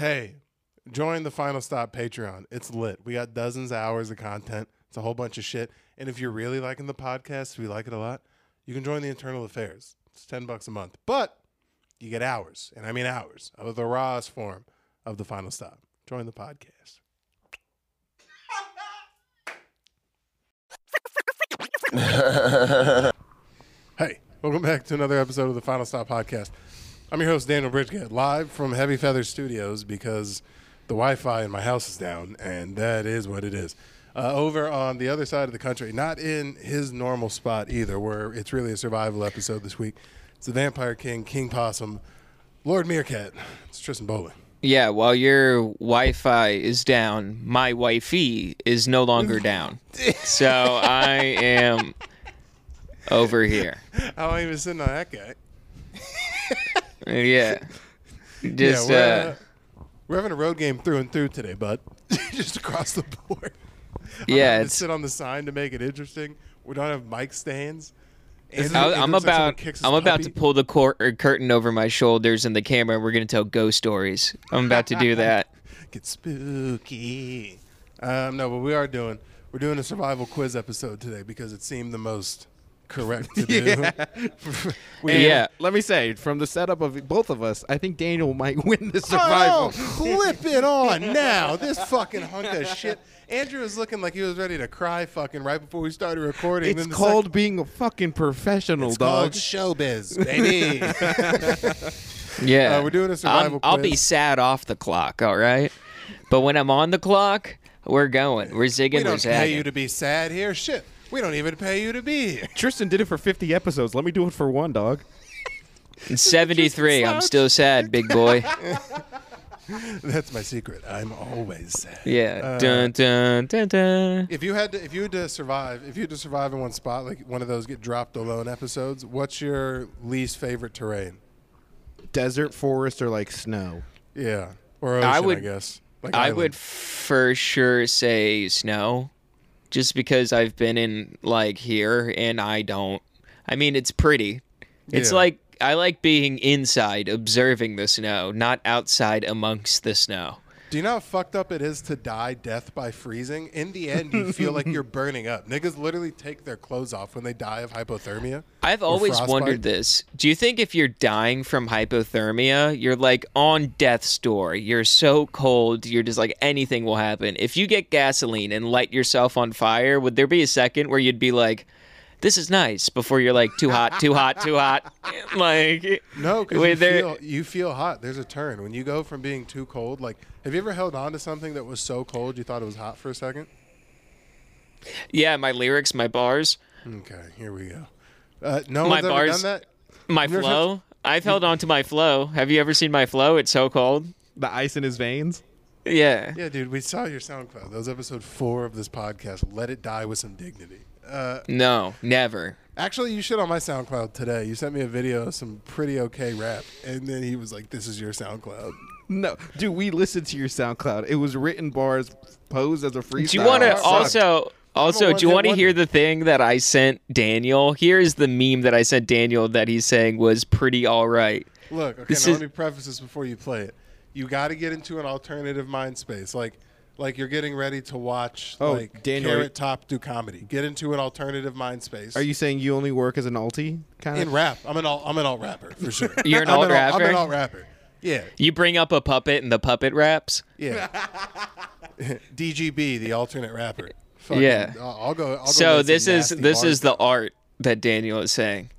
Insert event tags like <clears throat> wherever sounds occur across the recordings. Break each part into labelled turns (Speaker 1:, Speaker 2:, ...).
Speaker 1: Hey, join the Final Stop Patreon. It's lit. We got dozens of hours of content. It's a whole bunch of shit. And if you're really liking the podcast, we like it a lot, you can join the Internal Affairs. It's 10 bucks a month. But you get hours, and I mean hours, of the rawest form of the Final Stop. Join the podcast. Hey, welcome back to another episode of the Final Stop Podcast. I'm your host, Daniel Bridgett, live from Heavy Feather Studios because the Wi Fi in my house is down, and that is what it is. Uh, over on the other side of the country, not in his normal spot either, where it's really a survival episode this week. It's the Vampire King, King Possum, Lord Meerkat. It's Tristan Bowling.
Speaker 2: Yeah, while your Wi-Fi is down, my wifey is
Speaker 1: <laughs>
Speaker 2: no longer down. So I am over here.
Speaker 1: How long have you been sitting on that guy? <laughs>
Speaker 2: Yeah. Just
Speaker 1: we're,
Speaker 2: yeah,
Speaker 1: uh, we're having a road game through and through today, bud. <laughs> Just across the board.
Speaker 2: uh, yeah,
Speaker 1: having to
Speaker 2: it's
Speaker 1: sit on the sign to make it interesting. We don't have mic stands.
Speaker 2: I, I'm about
Speaker 1: Kicks his
Speaker 2: I'm about to
Speaker 1: puppy.
Speaker 2: pull the cor- or curtain over my shoulders and the camera and we're going to tell ghost stories. I'm about to
Speaker 1: <laughs>
Speaker 2: do that.
Speaker 1: get spooky. Um, no, but we are doing we're doing a survival quiz episode today because it seemed the most correct
Speaker 2: <laughs>
Speaker 1: to do.
Speaker 2: And yeah.
Speaker 3: Let me say, from the setup of both of us, I think Daniel might <laughs> win the
Speaker 1: Oh,
Speaker 2: <laughs>
Speaker 3: survival.
Speaker 1: clip it on now. This fucking hunk of shit. Andrew was looking like he was ready to cry fucking right before we started recording.
Speaker 3: It's
Speaker 1: Then the sec-
Speaker 3: called being a fucking professional,
Speaker 1: It's
Speaker 3: dog.
Speaker 1: called
Speaker 2: <laughs>
Speaker 1: showbiz, baby.
Speaker 2: Yeah.
Speaker 1: Uh, we're doing a survival
Speaker 2: I'm- I'll be
Speaker 1: quiz.
Speaker 2: sad off the clock, all right? But when I'm on the clock, we're going. We're zigging,
Speaker 1: we
Speaker 2: we're
Speaker 1: don't
Speaker 2: zagging.
Speaker 1: pay <laughs> you to be sad here. Shit, we don't even pay you to be here.
Speaker 3: Tristan did it for 50 episodes. Let me do it for one, dog.
Speaker 2: In 73, I'm still sad, big
Speaker 1: <laughs>
Speaker 2: boy.
Speaker 1: That's my secret. I'm always sad.
Speaker 2: Yeah.
Speaker 1: Uh,
Speaker 2: dun dun dun dun.
Speaker 1: If you had to, if you had to survive, if you had to survive in one spot, like one of those get dropped alone episodes, what's your least favorite terrain?
Speaker 3: Desert, forest, or like snow.
Speaker 1: Yeah, or ocean, I,
Speaker 2: I would-
Speaker 1: guess. Like
Speaker 2: I
Speaker 1: island.
Speaker 2: would for sure say snow, just because I've been in like here and I don't. I mean, it's pretty. It's
Speaker 1: Yeah.
Speaker 2: like I like being inside, observing the snow, not outside amongst the snow.
Speaker 1: Do you know how fucked up it is to die death by freezing? In the end, you feel like
Speaker 2: <laughs>
Speaker 1: you're burning up. Niggas literally take their clothes off when they die of hypothermia.
Speaker 2: I've
Speaker 1: or
Speaker 2: always
Speaker 1: frostbite.
Speaker 2: wondered this. Do you think if you're dying from hypothermia, you're like on death's door? You're so cold, you're just like anything will happen. If you get gasoline and light yourself on fire, would there be a second where you'd be like, this is nice before you're like too hot, too hot, too hot? <laughs> Like,
Speaker 1: No, because
Speaker 2: Wait,
Speaker 1: you
Speaker 2: there-
Speaker 1: feel you feel hot. There's a turn when you go from being too cold. Like, have you ever held on to something that was so cold you thought it was hot for a second?
Speaker 2: yeah, my lyrics, my bars,
Speaker 1: Okay, here we go. Uh, no
Speaker 2: My
Speaker 1: one's ever done
Speaker 2: bars-
Speaker 1: that.
Speaker 2: my
Speaker 1: never-
Speaker 2: flow. I've held on to my flow. Have you ever seen my flow? It's so cold.
Speaker 3: The ice in his veins.
Speaker 2: Yeah.
Speaker 1: Yeah, dude, we saw your SoundCloud. That was episode four of this podcast. Let it die with some dignity. Uh,
Speaker 2: No, never.
Speaker 1: actually, you shit on my SoundCloud today. You sent me a video of some pretty okay rap, and then he was like, "This is your SoundCloud."
Speaker 3: No, dude, we listened to your SoundCloud. It was written bars posed as a freestyle.
Speaker 2: Do you want to
Speaker 1: Sucked.
Speaker 2: also also do
Speaker 1: one-hit
Speaker 2: you want to hear
Speaker 1: wonder.
Speaker 2: the thing that I sent Daniel? Here is the meme that I sent Daniel that he's saying was pretty all right.
Speaker 1: Look, okay,
Speaker 2: This
Speaker 1: now
Speaker 2: is-
Speaker 1: let me preface this before you play it. You got to get into an alternative mind space, like like you're getting ready to watch
Speaker 3: Oh,
Speaker 1: like
Speaker 3: Daniel,
Speaker 1: Carrot
Speaker 3: are-
Speaker 1: Top do comedy. Get into an alternative mind space.
Speaker 3: Are you saying you only work as an alti? Kind
Speaker 1: in
Speaker 3: of.
Speaker 1: rap? I'm an alt, I'm an alt rapper for sure.
Speaker 2: <laughs> You're an
Speaker 1: I'm
Speaker 2: alt
Speaker 1: I'm an
Speaker 2: rapper?
Speaker 1: alt rapper. Yeah,
Speaker 2: You bring up a puppet and the puppet raps.
Speaker 1: <laughs> yeah. DGB, the alternate rapper. Fucking- uh,
Speaker 2: Yeah.
Speaker 1: I'll, I'll go. I'll go
Speaker 2: So
Speaker 1: make
Speaker 2: this
Speaker 1: some
Speaker 2: is
Speaker 1: nasty
Speaker 2: this
Speaker 1: bars.
Speaker 2: is the art that Daniel is saying.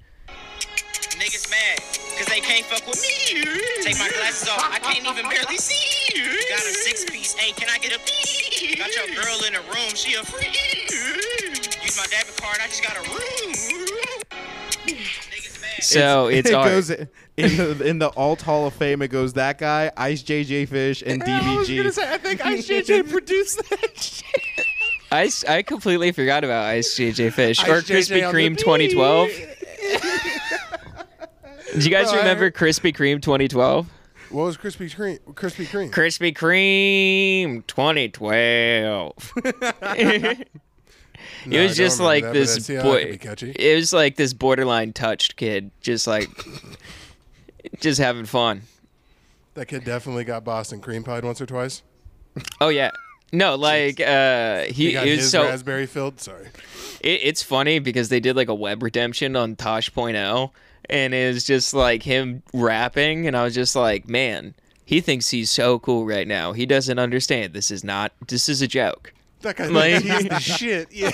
Speaker 4: Niggas mad, cause they can't fuck with me. Take my glasses off, I can't even barely see. Got a six piece, hey, can I get a piece? Got your girl in the room, she a freak. Use my debit card, I just got a room. Niggas mad.
Speaker 5: <laughs>
Speaker 1: <laughs>
Speaker 2: So Oh, it's,
Speaker 3: <laughs> it
Speaker 2: art.
Speaker 3: goes in the, in the alt Hall of Fame. It goes that guy, Ice JJ Fish, <laughs> and DBG.
Speaker 1: I think Ice <laughs> JJ produced that.
Speaker 2: I, s- I completely forgot about Ice JJ Fish or
Speaker 1: Ice JJ
Speaker 2: Krispy
Speaker 1: on the
Speaker 2: Kreme
Speaker 1: beat. <laughs>
Speaker 2: 2012. Do you guys
Speaker 1: Bro, I
Speaker 2: remember
Speaker 1: heard-
Speaker 2: Krispy Kreme 2012?
Speaker 1: What was Krispy Kreme? Krispy Kreme.
Speaker 2: Krispy Kreme <laughs> 2012.
Speaker 1: No, I
Speaker 2: it
Speaker 1: don't
Speaker 2: was just
Speaker 1: remember
Speaker 2: like
Speaker 1: that, but
Speaker 2: this
Speaker 1: that's- yeah, that could
Speaker 2: boy.
Speaker 1: be catchy.
Speaker 2: It was like this <laughs> borderline touched kid, just like, just having fun.
Speaker 1: That kid definitely got Boston cream pied once or twice.
Speaker 2: Oh yeah. No, like uh he,
Speaker 1: He got
Speaker 2: is
Speaker 1: his
Speaker 2: so
Speaker 1: raspberry filled. Sorry.
Speaker 2: it, it's funny because they did like a web redemption on Tosh.0 and it's just like him rapping and I was just like, man, he thinks he's so cool right now. He doesn't understand. This is not this is a joke.
Speaker 1: That guy <laughs>
Speaker 2: Like-
Speaker 1: he's the shit. Yeah.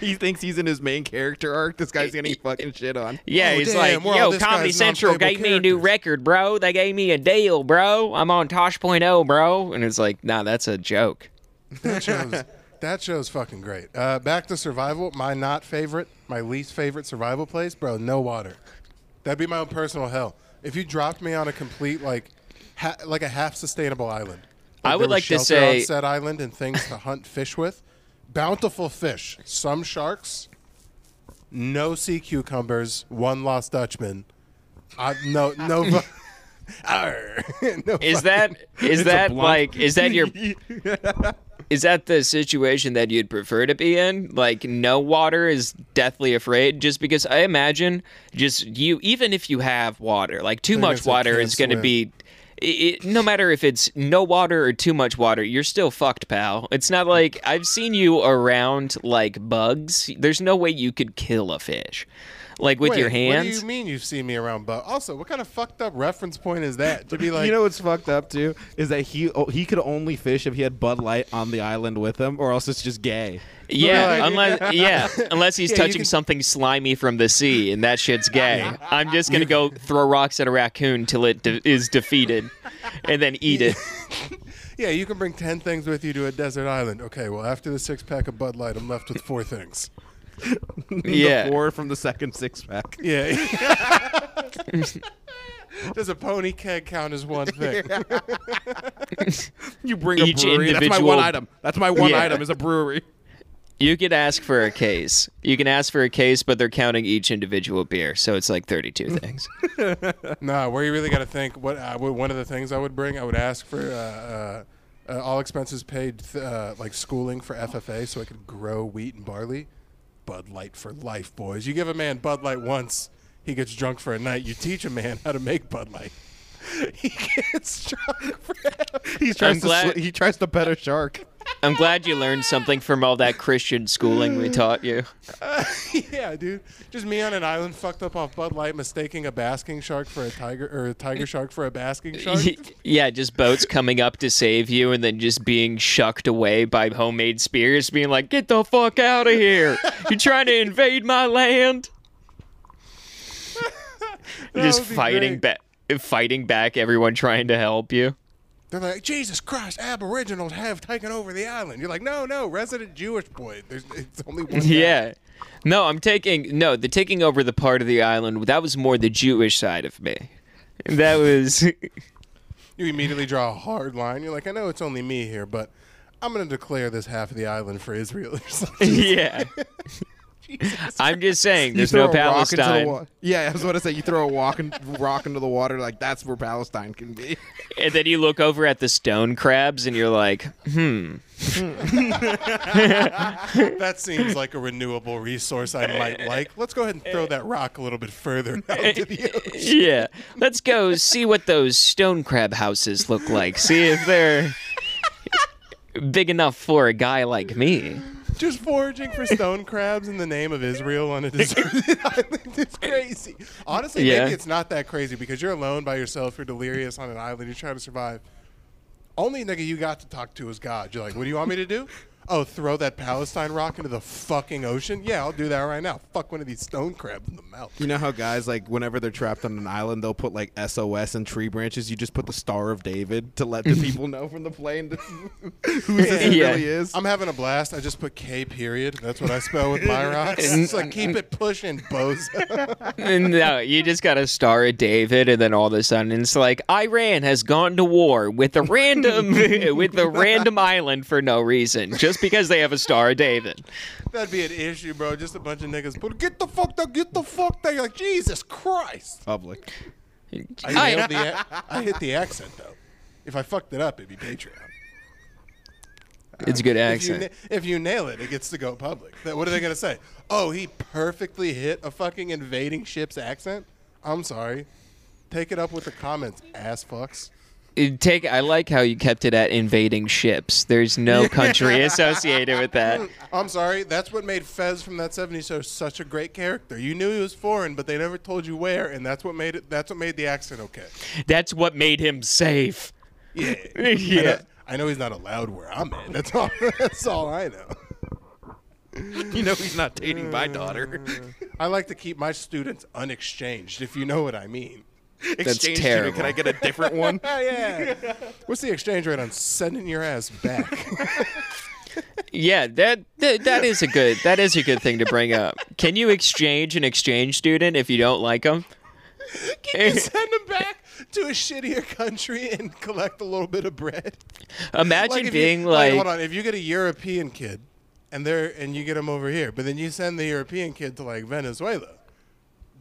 Speaker 3: he thinks he's in his main character arc. This guy's
Speaker 2: <laughs>
Speaker 3: getting fucking shit on.
Speaker 2: Yeah,
Speaker 1: Oh,
Speaker 2: he's
Speaker 1: damn,
Speaker 2: like,
Speaker 1: we're all
Speaker 2: yo,
Speaker 1: this
Speaker 2: Comedy
Speaker 1: guy's
Speaker 2: Central
Speaker 1: non-playable
Speaker 2: gave me a new
Speaker 1: characters."
Speaker 2: record, bro. They gave me a deal, bro. I'm on Tosh.0, bro. And it's like, nah, that's a joke.
Speaker 1: <laughs> That show's that show's fucking great. Uh, back to survival. My not favorite, my least favorite survival place, bro. No water. That'd be my own personal hell. If you dropped me on a complete like, ha- like a half sustainable island.
Speaker 2: I
Speaker 1: there was
Speaker 2: would like to
Speaker 1: shelter on
Speaker 2: say-
Speaker 1: said island and things to hunt fish with, bountiful fish, some sharks, no sea cucumbers, one lost Dutchman. I, no,
Speaker 2: <laughs>
Speaker 1: no. fu- <laughs> Arr. <laughs> no <laughs>
Speaker 2: Is that is that
Speaker 3: blunt.
Speaker 2: like is that
Speaker 3: <laughs>
Speaker 2: your is that the situation that you'd prefer to be in? Like no water is deathly afraid just because I imagine just you even if you have water, like too
Speaker 1: They're gonna
Speaker 2: much
Speaker 1: say
Speaker 2: water
Speaker 1: can't
Speaker 2: is going to
Speaker 1: swim.
Speaker 2: be it, no matter if it's no water or too much water, you're still fucked, pal. It's not like I've seen you around like bugs. There's no way you could kill a fish. Like with
Speaker 1: Wait,
Speaker 2: your hands.
Speaker 1: What do you mean you've seen me around butt? Also, what kind of fucked up reference point is that to be
Speaker 3: <laughs>
Speaker 1: like?
Speaker 3: you know what's fucked up too is that he oh, he could only fish if he had Bud Light on the island with him, or else it's just gay. <laughs>
Speaker 2: Yeah,
Speaker 1: Like- <laughs>
Speaker 2: unless yeah, unless he's
Speaker 1: Yeah, you
Speaker 2: touching
Speaker 1: can-
Speaker 2: something slimy from the sea, and that shit's gay. I'm just gonna go throw rocks at a raccoon till it de- is defeated, and then
Speaker 1: <laughs>
Speaker 2: eat it.
Speaker 1: yeah, you can bring ten things with you to a desert island. Okay, well after the six pack of Bud Light, I'm left with four things.
Speaker 2: Yeah.
Speaker 3: the four from the second six pack.
Speaker 1: Yeah. <laughs> Does a pony keg count as
Speaker 3: <laughs>
Speaker 1: one thing?
Speaker 3: <laughs> You bring
Speaker 2: Each
Speaker 3: a brewery. That's my
Speaker 2: individual-
Speaker 3: one item. That's my one
Speaker 2: Yeah.
Speaker 3: item is a brewery.
Speaker 2: You could ask for a case. You can ask for a case, but they're counting each individual beer, so it's like
Speaker 1: <laughs>
Speaker 2: 32 things.
Speaker 1: nah, where you really got to think. What I would, one of the things I would bring, I would ask for uh, uh, uh, all expenses paid, th- uh, like schooling for FFA, so I could grow wheat and barley. Bud Light for life, boys. You give a man Bud Light once, he gets drunk for a night. You teach a man how to make Bud Light. <laughs> He gets drunk for <laughs>
Speaker 2: <laughs>
Speaker 3: He
Speaker 2: I'm
Speaker 3: tries to
Speaker 2: glad-
Speaker 3: sli- he tries to pet a shark.
Speaker 2: I'm glad you learned something from all that Christian schooling we taught you.
Speaker 1: Yeah, dude. Just me on an island, fucked up off Bud Light, mistaking a basking shark for a tiger, or a tiger shark for a basking shark.
Speaker 2: <laughs> Yeah, just boats coming up to save you, and then just being shucked away by homemade spears, being like, "Get the fuck out of here! You're trying to invade my
Speaker 3: <laughs>
Speaker 2: land!" just
Speaker 1: would be
Speaker 2: fighting back, fighting back everyone trying to help you.
Speaker 1: They're like, Jesus Christ, Aboriginals have taken over the island. You're like, no, no, resident Jewish boy. There's, it's only one. guy."
Speaker 2: <laughs> Yeah. No, I'm taking no, the taking over the part of the island, that was more the Jewish side of me. That was <laughs>
Speaker 1: You immediately draw a hard line. You're like, I know it's only me here, but I'm going to declare this half of the island for Israel or something.
Speaker 3: <laughs>
Speaker 2: yeah. I'm just saying there's
Speaker 3: you
Speaker 2: no
Speaker 3: throw a rock into the
Speaker 2: Palestine.
Speaker 3: wa- yeah, I was about to say you throw a walk in, <laughs> rock into the water like that's where Palestine can be.
Speaker 2: And then you look over at the stone crabs and you're like,
Speaker 1: <laughs> that seems like a renewable resource I might like. Let's go ahead and throw that rock a little bit further out to the ocean.
Speaker 2: yeah, let's go see what those stone crab houses look like. See if they're big enough for a guy like me.
Speaker 1: Just foraging for stone crabs in the name of Israel on a deserted island is crazy. Honestly,
Speaker 2: Yeah.
Speaker 1: maybe it's not that crazy because you're alone by yourself. You're delirious on an island. You're trying to survive. Only nigga you got to talk to is God. You're like, what do you want me to do? Oh, throw that Palestine rock into the fucking ocean? Yeah, I'll do that right now. Fuck one of these stone crabs in the mouth.
Speaker 3: You know how guys like whenever they're trapped on an island, they'll put like SOS and tree branches. You just put the Star of David to <laughs> let the people know from the plane that- <laughs> who this
Speaker 2: Yeah.
Speaker 3: really is.
Speaker 1: I'm having a blast. I just put K period. That's what I spell with my rocks. It's like keep it pushing, bozo.
Speaker 2: No, you just got a star of David, and then all of a sudden it's like Iran has gone to war with a random <laughs> with a random island for no reason, just because they have a star of David.
Speaker 1: That'd be an issue, bro. Just a bunch of niggas. But get the fuck down, get the fuck down. You're like, Jesus Christ.
Speaker 3: Public.
Speaker 1: I,
Speaker 2: Hi.
Speaker 1: nailed the a- I hit the accent, though. If I fucked it up, it'd be Patreon.
Speaker 2: It's a good
Speaker 1: If you,
Speaker 2: accent.
Speaker 1: na- if you nail it, it gets to go public. Then What are they going to say? Oh, he perfectly hit a fucking invading ship's accent? I'm sorry. Take it up with the comments, ass fucks.
Speaker 2: It Take. I like how you kept it at invading ships. There's no country associated with that.
Speaker 1: I'm sorry. That's what made Fez from that '70s show such a great character. You knew he was foreign, but they never told you where, and that's what made it. That's what made the accent okay.
Speaker 2: That's what made him safe. uh,
Speaker 1: Yeah. I know,
Speaker 2: <laughs> Yeah.
Speaker 1: I know he's not allowed where I'm at. That's all. <laughs> That's all I know.
Speaker 3: You know he's not dating my daughter.
Speaker 2: Mm.
Speaker 1: I like to keep my students unexchanged, if you know what I mean.
Speaker 3: Exchange
Speaker 2: terrible.
Speaker 3: student, can I get a <laughs> different one?
Speaker 1: yeah. <laughs> What's the exchange rate on sending your ass back?
Speaker 2: Yeah, that, that that is a good that is a good thing to bring up. Can you exchange an exchange student if you don't like them?
Speaker 1: Can you <laughs> send them back to a shittier country and collect a little bit of bread?
Speaker 2: <laughs> Imagine
Speaker 1: if you-
Speaker 2: being like,
Speaker 1: hold on, if you get a European kid and they're and you get them over here, but then you send the European kid to like Venezuela.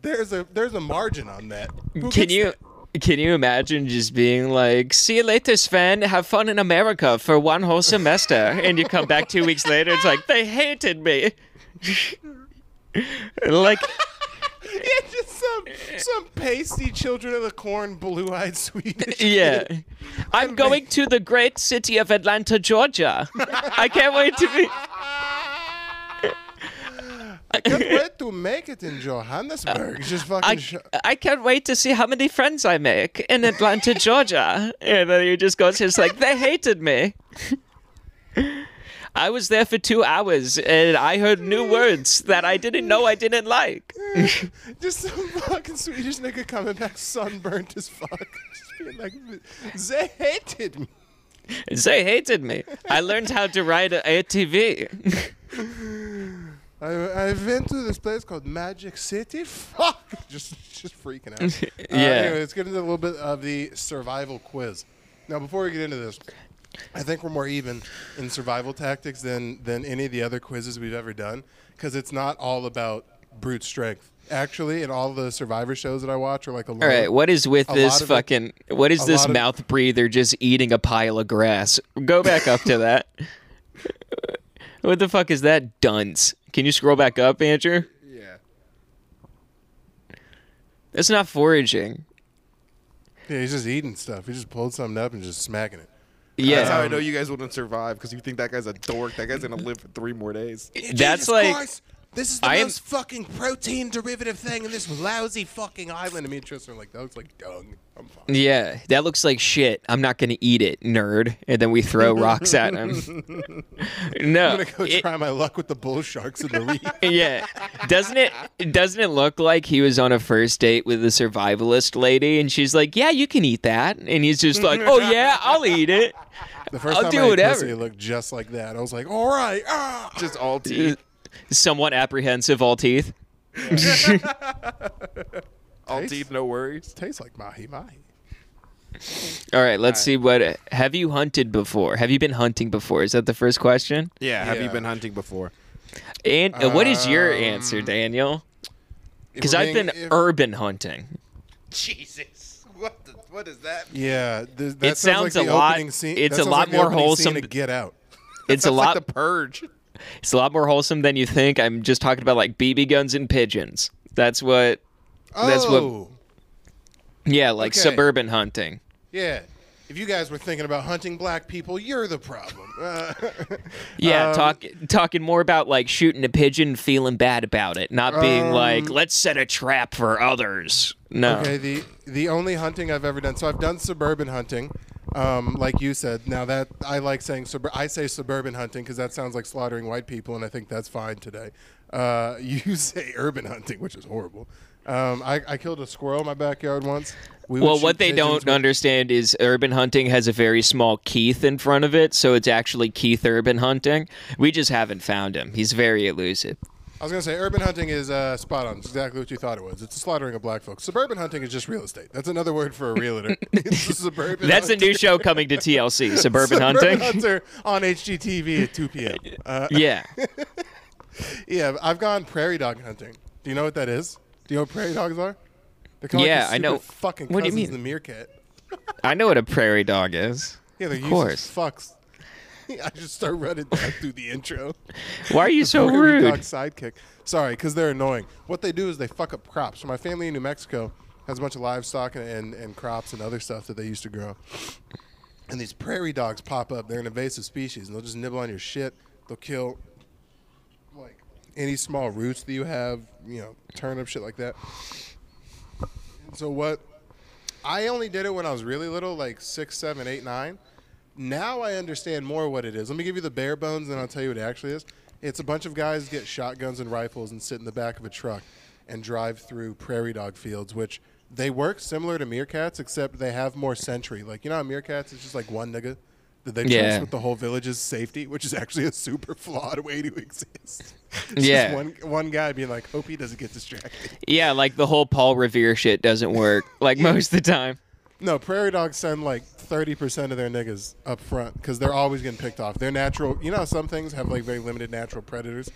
Speaker 1: There's a there's a margin on that. Who
Speaker 2: can
Speaker 1: gets
Speaker 2: you can you imagine just being like, see you later, Sven. Have fun in America for one whole semester, and you come back two weeks later. It's like they hated me. <laughs> like,
Speaker 1: Yeah, just some some pasty children of the corn, blue-eyed Swedish.
Speaker 2: <laughs> yeah, I'm going to the great city of Atlanta, Georgia. I can't wait to be.
Speaker 1: Good way to make it in Johannesburg. Just fucking.
Speaker 2: I,
Speaker 1: sh-
Speaker 2: I can't wait to see how many friends I make in Atlanta, Georgia. And then he just goes, it's like, they hated me. I was there for two hours and I heard new words that I didn't know I didn't like.
Speaker 1: Just some fucking Swedish nigga coming back sunburnt as fuck. <laughs> Just being like, they hated me.
Speaker 2: They hated me. I learned how to ride an ATV.
Speaker 1: I, I went to this place called Magic City. <laughs> Fuck! Just just freaking
Speaker 2: <laughs>
Speaker 1: out. Uh,
Speaker 2: Yeah.
Speaker 1: anyway, let's get into a little bit of the survival quiz. Now, before we get into this, I think we're more even in survival tactics than than any of the other quizzes we've ever done because it's not all about brute strength. Actually, in all the survivor shows that I watch, are like a lot.
Speaker 2: All right, what is with
Speaker 1: A
Speaker 2: this
Speaker 1: lot of it-
Speaker 2: fucking, what is
Speaker 1: a
Speaker 2: this
Speaker 1: lot of-
Speaker 2: mouth breather just eating a pile of grass? Go back up to that. <laughs> what the fuck is that dunce? Can you scroll back up, Andrew?
Speaker 1: Yeah.
Speaker 2: That's not foraging.
Speaker 1: Yeah, he's just eating stuff. He just pulled something up and just smacking it.
Speaker 3: That's how
Speaker 2: Yeah,
Speaker 3: I know you guys wouldn't survive because you think that guy's a dork. That guy's gonna live for three more days.
Speaker 2: <laughs> that's like
Speaker 1: this is the
Speaker 2: I am-
Speaker 1: most fucking protein derivative thing in this lousy fucking island. And me and Tristan are like, that looks like dung. I'm
Speaker 2: <laughs>
Speaker 1: fine.
Speaker 2: yeah, that looks like shit. I'm not gonna eat it, nerd. And then we throw rocks at him.
Speaker 1: <laughs>
Speaker 2: no,
Speaker 1: I'm gonna go
Speaker 2: it-
Speaker 1: try my luck with the bull sharks
Speaker 2: <laughs>
Speaker 1: in the reef.
Speaker 2: yeah, doesn't it? Doesn't it look like he was on a first date with a survivalist lady, and she's like, "Yeah, you can eat that," and he's just like, "Oh yeah, I'll eat it."
Speaker 1: The 1st
Speaker 2: I'll
Speaker 1: time
Speaker 2: do
Speaker 1: I ate
Speaker 2: whatever.
Speaker 1: pussy, it looked just like that. I was like, all right, ah.
Speaker 3: Just all teeth,
Speaker 2: Somewhat apprehensive, all teeth.
Speaker 3: all teeth, no worries.
Speaker 1: tastes like mahi mahi.
Speaker 2: All right, let's see what. Have you hunted before? Have you been hunting before? Is that the first question?
Speaker 3: Yeah. Have you
Speaker 1: Yeah.
Speaker 3: been hunting before?
Speaker 2: And uh, what is your answer, Daniel?
Speaker 1: If
Speaker 2: Because
Speaker 1: we're
Speaker 2: I've
Speaker 1: being-
Speaker 2: been
Speaker 1: if-
Speaker 2: urban hunting.
Speaker 4: Jesus. What the, what is that?
Speaker 1: yeah, th- that
Speaker 2: It
Speaker 1: sounds,
Speaker 2: sounds
Speaker 1: like
Speaker 2: a
Speaker 1: the
Speaker 2: lot-
Speaker 1: opening scene.
Speaker 2: it's
Speaker 1: that
Speaker 2: a
Speaker 1: sounds
Speaker 2: lot
Speaker 1: like the
Speaker 2: more
Speaker 1: opening scene
Speaker 2: wholesome-
Speaker 1: to Get out.
Speaker 2: It's a
Speaker 3: That's
Speaker 2: lot.
Speaker 3: like the purge.
Speaker 2: it's a lot more wholesome than you think. I'm just talking about like BB guns and pigeons. That's what.
Speaker 1: Oh,
Speaker 2: That's what- Yeah, like
Speaker 1: Okay.
Speaker 2: suburban hunting.
Speaker 1: yeah. If you guys were thinking about hunting black people, you're the
Speaker 2: <laughs>
Speaker 1: problem. Uh,
Speaker 2: Yeah,
Speaker 1: Um,
Speaker 2: talk, talking more about like shooting a pigeon, and feeling bad about it, not being like, let's set a trap for others. No.
Speaker 1: Um, Okay, the the only hunting I've ever done. So I've done suburban hunting, um, like you said. Now that I like saying sub, I say suburban hunting because that sounds like slaughtering white people, and I think that's fine today. Uh, <laughs> you say urban hunting, which is horrible. Um, I, I killed a squirrel in my backyard once. We would
Speaker 2: Well,
Speaker 1: shoot
Speaker 2: what they
Speaker 1: pigeons
Speaker 2: don't
Speaker 1: with-
Speaker 2: understand is urban hunting has a very small Keith in front of it, so it's actually Keith urban hunting. We just haven't found him. He's very elusive.
Speaker 1: I was gonna say urban hunting is uh, spot on. It's exactly what you thought it was. It's the slaughtering of black folks. Suburban hunting is just real estate. That's another word for a realtor. <laughs> It's a suburban.
Speaker 2: That's a
Speaker 1: hunter.
Speaker 2: new show coming
Speaker 1: <laughs>
Speaker 2: to TLC, Suburban,
Speaker 1: Suburban
Speaker 2: Hunting.
Speaker 1: hunter on HGTV at 2
Speaker 2: <laughs>
Speaker 1: p.m. Uh,
Speaker 2: Yeah.
Speaker 1: Yeah, I've gone prairie dog hunting. Do you know what that is? Do you know what prairie dogs are? They're kind of
Speaker 2: Yeah,
Speaker 1: like the
Speaker 2: I know.
Speaker 1: stupid Fucking
Speaker 2: What do you
Speaker 1: cousins
Speaker 2: mean?
Speaker 1: of the meerkat.
Speaker 2: I know what a prairie dog is.
Speaker 1: Yeah, they're
Speaker 2: Of
Speaker 1: useless
Speaker 2: course.
Speaker 1: fucks. <laughs> I just start running down through the intro.
Speaker 2: Why are you so
Speaker 1: Prairie dog
Speaker 2: rude?
Speaker 1: sidekick. Sorry, because they're annoying. What they do is they fuck up crops. So my family in New Mexico, has a bunch of livestock and, and, and crops and other stuff that they used to grow. And these prairie dogs pop up. They're an invasive species, and they'll just nibble on your shit. They'll kill like any small roots that you have, you know, turnip shit like that. And so what? I only did it when I was really little, like six, seven, eight, nine. Now I understand more what it is. Let me give you the bare bones, and I'll tell you what it actually is. It's a bunch of guys get shotguns and rifles and sit in the back of a truck and drive through prairie dog fields, which they work similar to meerkats, except they have more sentry. Like you know, how meerkats it's just like one nigga that they trust
Speaker 2: Yeah.
Speaker 1: with the whole village's safety, which is actually a super <laughs> flawed way to exist. <laughs> It's
Speaker 2: Yeah.
Speaker 1: just one one guy being like, hope he doesn't get distracted.
Speaker 2: Yeah, like the whole Paul Revere shit doesn't work. Like most of the time.
Speaker 1: No, prairie dogs send like thirty percent of their niggas up front because they're always getting picked off. They're natural. You know, how some things have like very limited natural predators.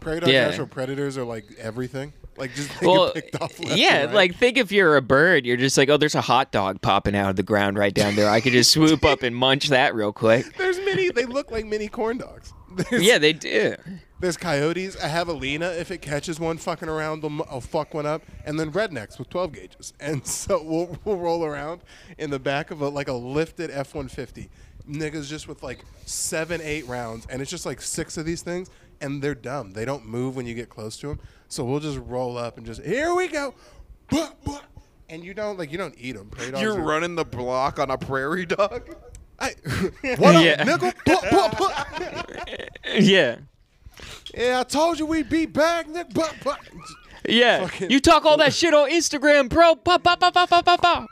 Speaker 1: Prairie dog
Speaker 2: Yeah.
Speaker 1: natural predators are like everything. Like just they
Speaker 2: Well,
Speaker 1: get picked off. Left
Speaker 2: yeah,
Speaker 1: and right.
Speaker 2: like think if you're a bird, you're just like, oh, there's a hot dog popping out of the ground right down there. I could just swoop up and munch that real quick.
Speaker 1: there's mini. They look like mini corn dogs. <laughs> There's,
Speaker 2: Yeah, they do.
Speaker 1: There's coyotes. I have a Lena. If it catches one fucking around, they'll, I'll fuck one up. And then rednecks with 12 gauges. <laughs> And so we'll, we'll roll around in the back of a, like a lifted F 150. Niggas just with like seven, eight rounds. And it's just like six of these things. And they're dumb. They don't move when you get close to them. So we'll just roll up and just, here we go. Buh, buh. And you don't like you don't eat them.
Speaker 3: You're running the block on a prairie dog.
Speaker 1: I, what up,
Speaker 2: Yeah.
Speaker 1: nigga? Buh, buh, buh.
Speaker 2: Yeah.
Speaker 1: Yeah, I told you we'd be back, nigga. Buh, buh.
Speaker 2: Yeah.
Speaker 1: Fucking-
Speaker 2: You talk all that shit on Instagram, bro. Ba, ba, ba, ba, ba, ba, ba.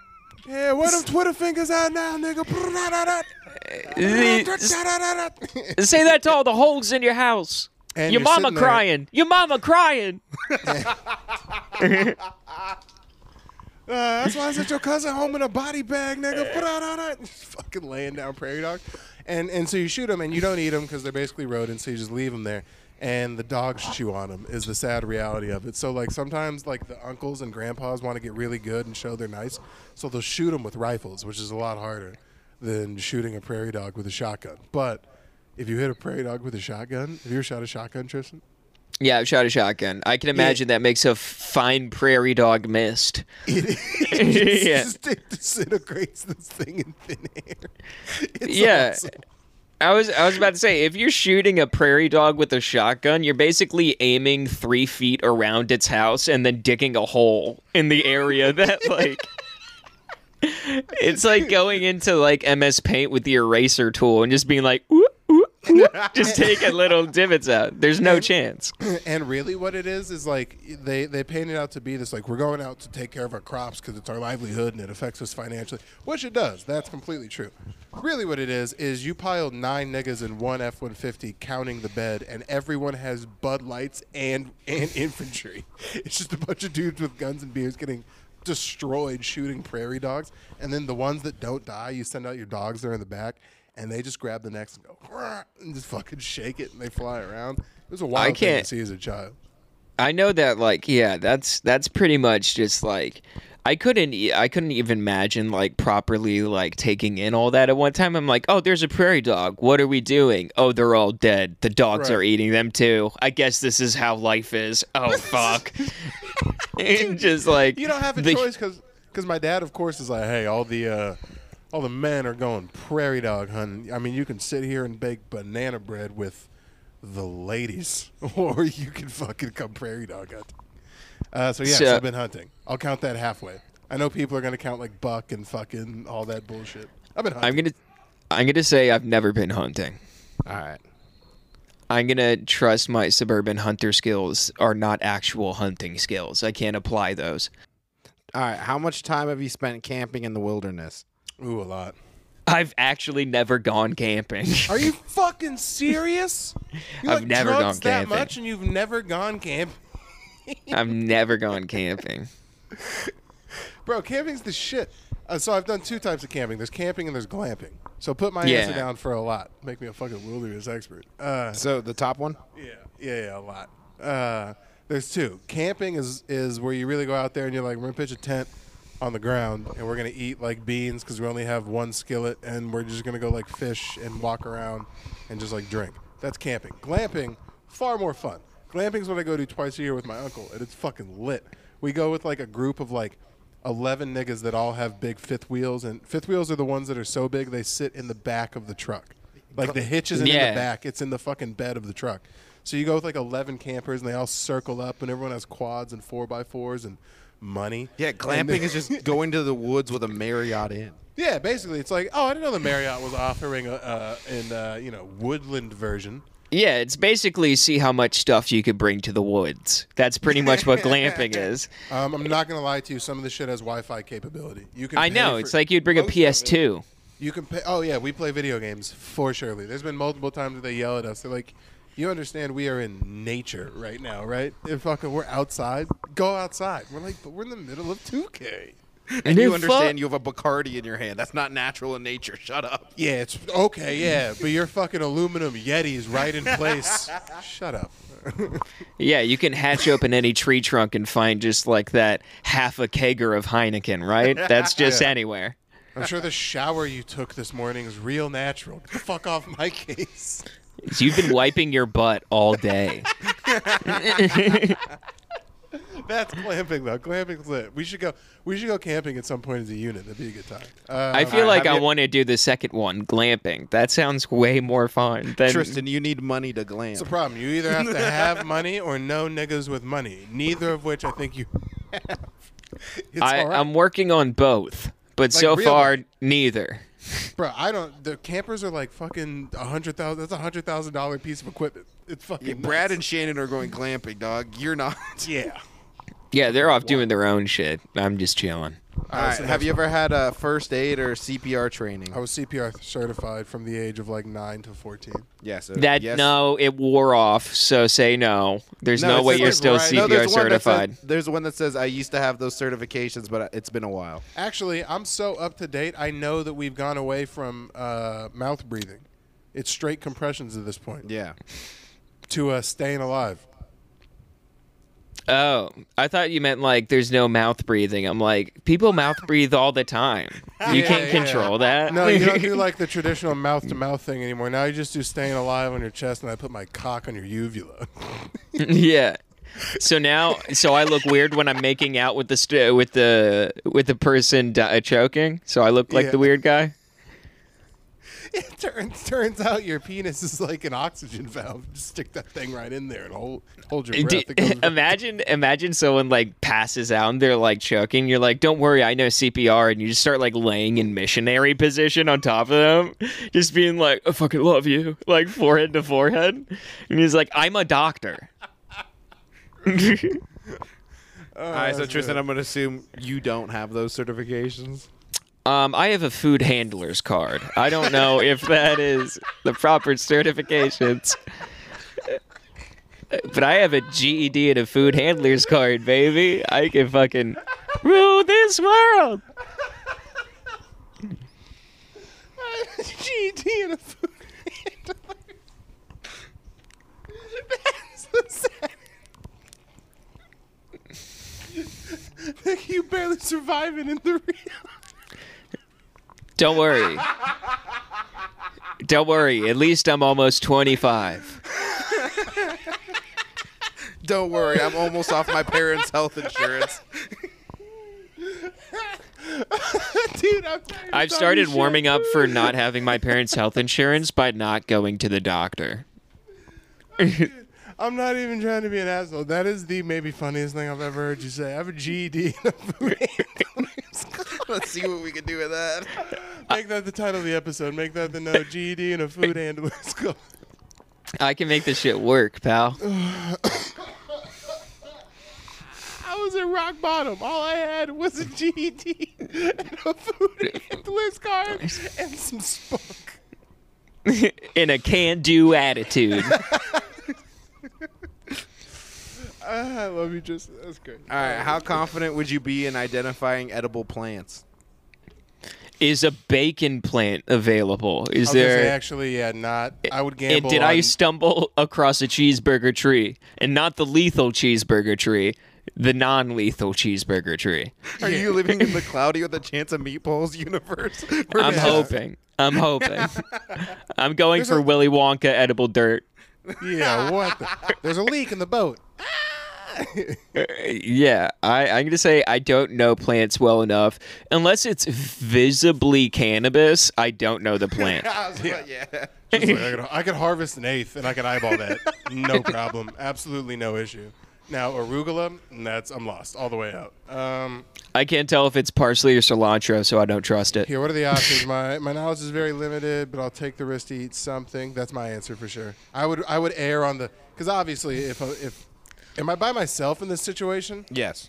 Speaker 1: Yeah, where them Twitter fingers at now, nigga?
Speaker 2: <laughs> Say that to all the holes in your house.
Speaker 1: And
Speaker 2: your
Speaker 1: you're
Speaker 2: mama
Speaker 1: sitting there-
Speaker 2: crying. Your mama crying.
Speaker 1: Uh, that's why I sent your cousin home in a body bag, nigga. <laughs> Fucking laying down prairie dog. And and so you shoot them and you don't eat them because they're basically rodents, so you just leave them there. And the dogs chew on them is the sad reality of it. So like sometimes like the uncles and grandpas want to get really good and show they're nice, so they'll shoot them with rifles, which is a lot harder than shooting a prairie dog with a shotgun. But if you hit a prairie dog with a shotgun, have you ever shot a shotgun, Tristan?
Speaker 2: Yeah, I've shot a shotgun. I can imagine that makes a f- fine prairie dog mist.
Speaker 1: It's
Speaker 2: <laughs>
Speaker 1: <laughs>
Speaker 2: Yeah.
Speaker 1: just- it disintegrates this thing in thin air. <laughs> It's
Speaker 2: Yeah.
Speaker 1: awesome.
Speaker 2: I was I was about to say if you're shooting a prairie dog with a shotgun, you're basically aiming three feet around its house and then digging a hole in the area <laughs> that like it's like going into like MS Paint with the eraser tool and just being like ooh, ooh, ooh, just taking little divots out. There's no chance.
Speaker 1: And really, what it is is like they they paint it out to be this like we're going out to take care of our crops because it's our livelihood and it affects us financially, which it does. That's completely true. Really, what it is is you piled nine niggas in one F one fifty, counting the bed, and everyone has Bud Lights and and infantry. <laughs> It's just a bunch of dudes with guns and beers getting destroyed shooting prairie dogs, and then the ones that don't die, you send out your dogs. They're in the back. And they just grab the next and go, "Grr," and just fucking shake it, and they fly around. It was a wild thing to
Speaker 2: can't-
Speaker 1: see as a child.
Speaker 2: I know that like yeah, that's that's pretty much just like I couldn't e- I couldn't even imagine like properly like taking in all that at one time. I'm like, "Oh, there's a prairie dog. What are we doing? Oh, they're all dead. The dogs
Speaker 1: Right.
Speaker 2: are eating them too. I guess this is how life is.
Speaker 1: <laughs>
Speaker 2: Oh fuck." and just like
Speaker 1: You don't have a
Speaker 2: the-
Speaker 1: choice because my dad, of course, is like, hey, all the uh, all the men are going prairie dog hunting. I mean, you can sit here and bake banana bread with the ladies, <laughs> or you can fucking come prairie dog hunting. Uh, so yeah, so
Speaker 2: So-
Speaker 1: I've been hunting. I'll count that halfway. I know people are gonna count like buck and fucking all that bullshit. I've been hunting.
Speaker 2: I'm going to I'm going to say I've never been hunting.
Speaker 3: All right.
Speaker 2: I'm gonna trust my suburban hunter skills are not actual hunting skills. I can't apply those.
Speaker 3: All right. How much time have you spent camping in the wilderness?
Speaker 1: Ooh, a lot.
Speaker 2: I've actually never gone camping.
Speaker 1: Are you fucking
Speaker 2: <laughs>
Speaker 1: serious? You
Speaker 2: I've
Speaker 1: like
Speaker 2: never
Speaker 1: drugs
Speaker 2: gone
Speaker 1: that
Speaker 2: camping.
Speaker 1: much, and you've never gone camp.
Speaker 2: <laughs> I've never gone camping.
Speaker 1: Bro, camping's the shit. Uh, so I've done two types of camping. There's camping and there's glamping. So put my answer
Speaker 2: Yeah.
Speaker 1: down for a lot. Make me a fucking wilderness expert. Uh,
Speaker 3: So the top one.
Speaker 1: yeah, yeah, yeah, a lot. Uh, there's two. Camping is is where you really go out there and you're like, we're gonna pitch a tent on the ground and we're gonna eat like beans because we only have one skillet and we're just gonna go like fish and walk around and just like drink. That's camping. Glamping, far more fun. Glamping's what I go to twice a year with my uncle and it's fucking lit. We go with like a group of like 11 niggas that all have big fifth wheels. And fifth wheels are the ones that are so big they sit in the back of the truck. Like the hitch isn't in
Speaker 2: Yeah.
Speaker 1: the back, it's in the fucking bed of the truck. So you go with like 11 campers and they all circle up and everyone has quads and 4x4s and money.
Speaker 3: Yeah,
Speaker 1: And
Speaker 3: glamping
Speaker 1: then-
Speaker 3: is <laughs> just going to the woods with a Marriott inn.
Speaker 1: Yeah, basically, it's like, oh, I didn't know the Marriott was offering a, uh, an, uh, you know, woodland version.
Speaker 2: Yeah, it's basically see how much stuff you could bring to the woods. That's pretty much
Speaker 3: <laughs>
Speaker 2: what glamping is.
Speaker 1: Um, I'm not gonna lie to you. Some of this shit has Wi-Fi capability. You can.
Speaker 2: I
Speaker 1: pay
Speaker 2: know.
Speaker 1: for-
Speaker 2: It's like you'd bring a
Speaker 3: Most of
Speaker 2: PS2.
Speaker 1: you can. Pay, oh yeah, we play video games for surely. There's been multiple times that they yell at us. They're like, "You understand? We are in nature right now, right? If fucking we're outside, go outside." We're like, "But we're in the middle of 2K."
Speaker 3: And
Speaker 2: New
Speaker 3: you
Speaker 2: fu-
Speaker 3: understand you have a Bacardi in your hand. That's not natural in nature. Shut up.
Speaker 1: Yeah, it's okay. Yeah, but your fucking aluminum Yeti's right in place.
Speaker 2: <laughs>
Speaker 1: Shut up.
Speaker 2: Yeah, you can hatch open any tree trunk and find just like that half a kegger of Heineken, right?
Speaker 3: <laughs>
Speaker 2: That's just
Speaker 1: Yeah.
Speaker 2: anywhere.
Speaker 1: I'm sure the shower you took this morning is real natural. Get the fuck off my case.
Speaker 2: So you've been wiping your butt all
Speaker 3: <laughs>
Speaker 2: day.
Speaker 1: That's glamping though. Glamping's lit. We should go. We should go camping at some point as a unit. That'd be a good time. Uh,
Speaker 2: I feel like
Speaker 3: have
Speaker 2: I
Speaker 3: you-
Speaker 2: want to do the second one, glamping. That sounds way more fun than
Speaker 3: Tristan, you need money to glam.
Speaker 1: It's a problem. You either have to have money or no niggas with money. Neither of which I think you. Have. It's
Speaker 2: I,
Speaker 1: all right.
Speaker 2: I'm working on both, but so
Speaker 1: real
Speaker 2: far
Speaker 1: life.
Speaker 2: neither.
Speaker 1: bro. I don't. The campers are like fucking a hundred thousand. That's a hundred thousand dollar piece of equipment. It's fucking.
Speaker 3: Yeah, Brad and Shannon are going glamping, dog. You're <laughs> not.
Speaker 1: yeah.
Speaker 2: Yeah, they're off doing their own shit. I'm just chilling.
Speaker 3: All right. Have you ever had a Oh, first aid or CPR training?
Speaker 1: I was CPR certified from the age of like nine to fourteen.
Speaker 3: yes. uh,
Speaker 2: That
Speaker 3: yes.
Speaker 2: no, it wore off. So say no. There's no,
Speaker 3: it
Speaker 2: way
Speaker 3: says
Speaker 2: you're
Speaker 3: like
Speaker 2: still CPR
Speaker 3: right- no, there's one that says-
Speaker 2: certified.
Speaker 3: there's one that says I used to have those certifications, but it's been a while.
Speaker 1: Actually, I'm so up to date. I know that we've gone away from uh, mouth breathing. It's straight compressions at this point
Speaker 3: Yeah.
Speaker 1: to uh, staying alive.
Speaker 2: Oh, I thought you meant like there's no mouth breathing. I'm like
Speaker 1: <laughs>
Speaker 2: people mouth breathe all the time. You
Speaker 1: Yeah,
Speaker 2: can't
Speaker 1: yeah.
Speaker 2: control that.
Speaker 1: No, you
Speaker 2: <laughs>
Speaker 1: don't do like the traditional mouth to mouth thing anymore. Now you just do staying alive on your chest, and I put my cock on your uvula. <laughs>
Speaker 2: yeah. So now, so I look weird when I'm making out with the st- with the with the person di- choking. So I look like
Speaker 1: Yeah.
Speaker 2: the weird guy.
Speaker 1: it turns turns out your penis is like an oxygen valve. Just stick that thing right in there and hold hold your
Speaker 2: Do-
Speaker 1: breath. It
Speaker 2: <laughs>
Speaker 1: goes right-
Speaker 2: imagine, imagine someone like passes out and they're like choking. You're like, don't worry, I know CPR, and you just start like laying in missionary position on top of them, just being like, I fucking love you, <laughs> like forehead to forehead, and he's like, I'm a doctor. <laughs>
Speaker 3: All right. So Tristan, I'm going to assume you don't have those certifications.
Speaker 2: Um, I have a food handler's card. I don't know if that is the proper certifications. But I have a GED and a food handler's card, baby. I can fucking rule this world.
Speaker 1: GD and a food handler. <laughs> That's the sad- Like, <laughs> you barely surviving in the real.
Speaker 2: Don't worry. Don't worry. At least I'm almost 25.
Speaker 3: Don't worry, I'm almost off my parents' health insurance.
Speaker 1: <laughs> Dude, I'm tired of
Speaker 2: I've
Speaker 1: talking
Speaker 2: started
Speaker 1: shit.
Speaker 2: warming up for not having my parents' health insurance by not going to the doctor.
Speaker 1: I'm not even trying to be an asshole. That is the maybe funniest thing I've ever heard you say. I have a <laughs> GED. and a food handler's card.
Speaker 3: <laughs> Let's see what we can do with that.
Speaker 1: Make that the title of the episode. Make that the <laughs> no GED and a food handler's card.
Speaker 2: I can make this shit work, pal.
Speaker 1: <laughs>
Speaker 2: <laughs>
Speaker 1: I was at rock bottom. All I had was a E GED and a food <laughs> handler's card and some spunk.
Speaker 2: In a can do attitude.
Speaker 1: I love you, just that's great.
Speaker 3: All right, how confident would you be in identifying edible plants?
Speaker 2: Is a bacon plant available? Is there.
Speaker 1: actually, yeah, not. I would
Speaker 2: And
Speaker 1: gamble.
Speaker 2: did I
Speaker 1: on- <laughs>
Speaker 2: stumble across a cheeseburger tree? And not the lethal cheeseburger tree, the non lethal cheeseburger tree.
Speaker 3: Are you living in the cloudy with a chance of meatballs universe?
Speaker 2: <laughs>
Speaker 3: Where
Speaker 2: I'm
Speaker 3: it's
Speaker 2: hoping.
Speaker 1: <laughs>
Speaker 2: I'm hoping. I'm going for Willy Wonka edible dirt.
Speaker 1: <laughs>
Speaker 3: <laughs>
Speaker 1: Yeah, what? The, there's a leak in the boat.
Speaker 2: Yeah, I, I'm gonna say I don't know plants well enough. Unless it's visibly cannabis, I don't know
Speaker 1: <laughs>
Speaker 2: the plant.
Speaker 3: yeah. yeah.
Speaker 1: Just like, I, could, I could harvest an eighth and I could eyeball that. No problem. Absolutely no issue. Now arugula, that's I'm lost all the way out. Um,
Speaker 2: I can't tell if it's parsley or cilantro, so I don't trust it.
Speaker 1: here, what are the options? My my knowledge is very limited, but I'll take the risk to eat something. That's my answer for sure. I would I would err on the because obviously if I- if am I by myself in this situation?
Speaker 3: Yes.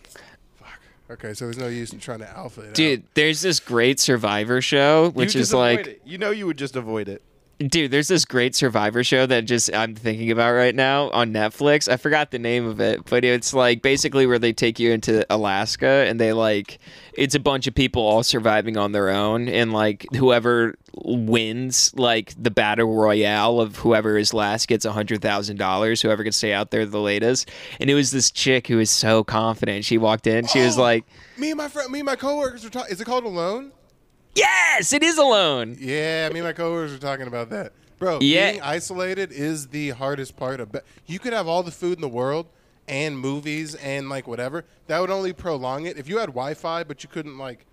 Speaker 1: Okay, so there's no use in trying to alpha it
Speaker 2: Dude,
Speaker 1: out.
Speaker 2: there's this great Survivor show, which is like,
Speaker 3: you know, you would just avoid it.
Speaker 2: dude, there's this great Survivor show that just I'm thinking about right now on Netflix. I forgot the name of it, but it's like basically where they take you into Alaska and they like, it's a bunch of people all surviving on their own, and like whoever wins like the battle royale of whoever is last gets a hundred thousand dollars. Whoever can stay out there the latest, and it was this chick who was so confident. She walked in, she was
Speaker 1: Oh.
Speaker 2: like.
Speaker 1: Me and my friend, me and my coworkers were talking. Is it called alone?
Speaker 2: Yes, it is alone.
Speaker 1: Yeah, me and my coworkers were talking about that. Bro,
Speaker 2: Yeah.
Speaker 1: being isolated is the hardest part of ba- you could have all the food in the world and movies and like whatever. That would only prolong it. If you had Wi-Fi but you couldn't like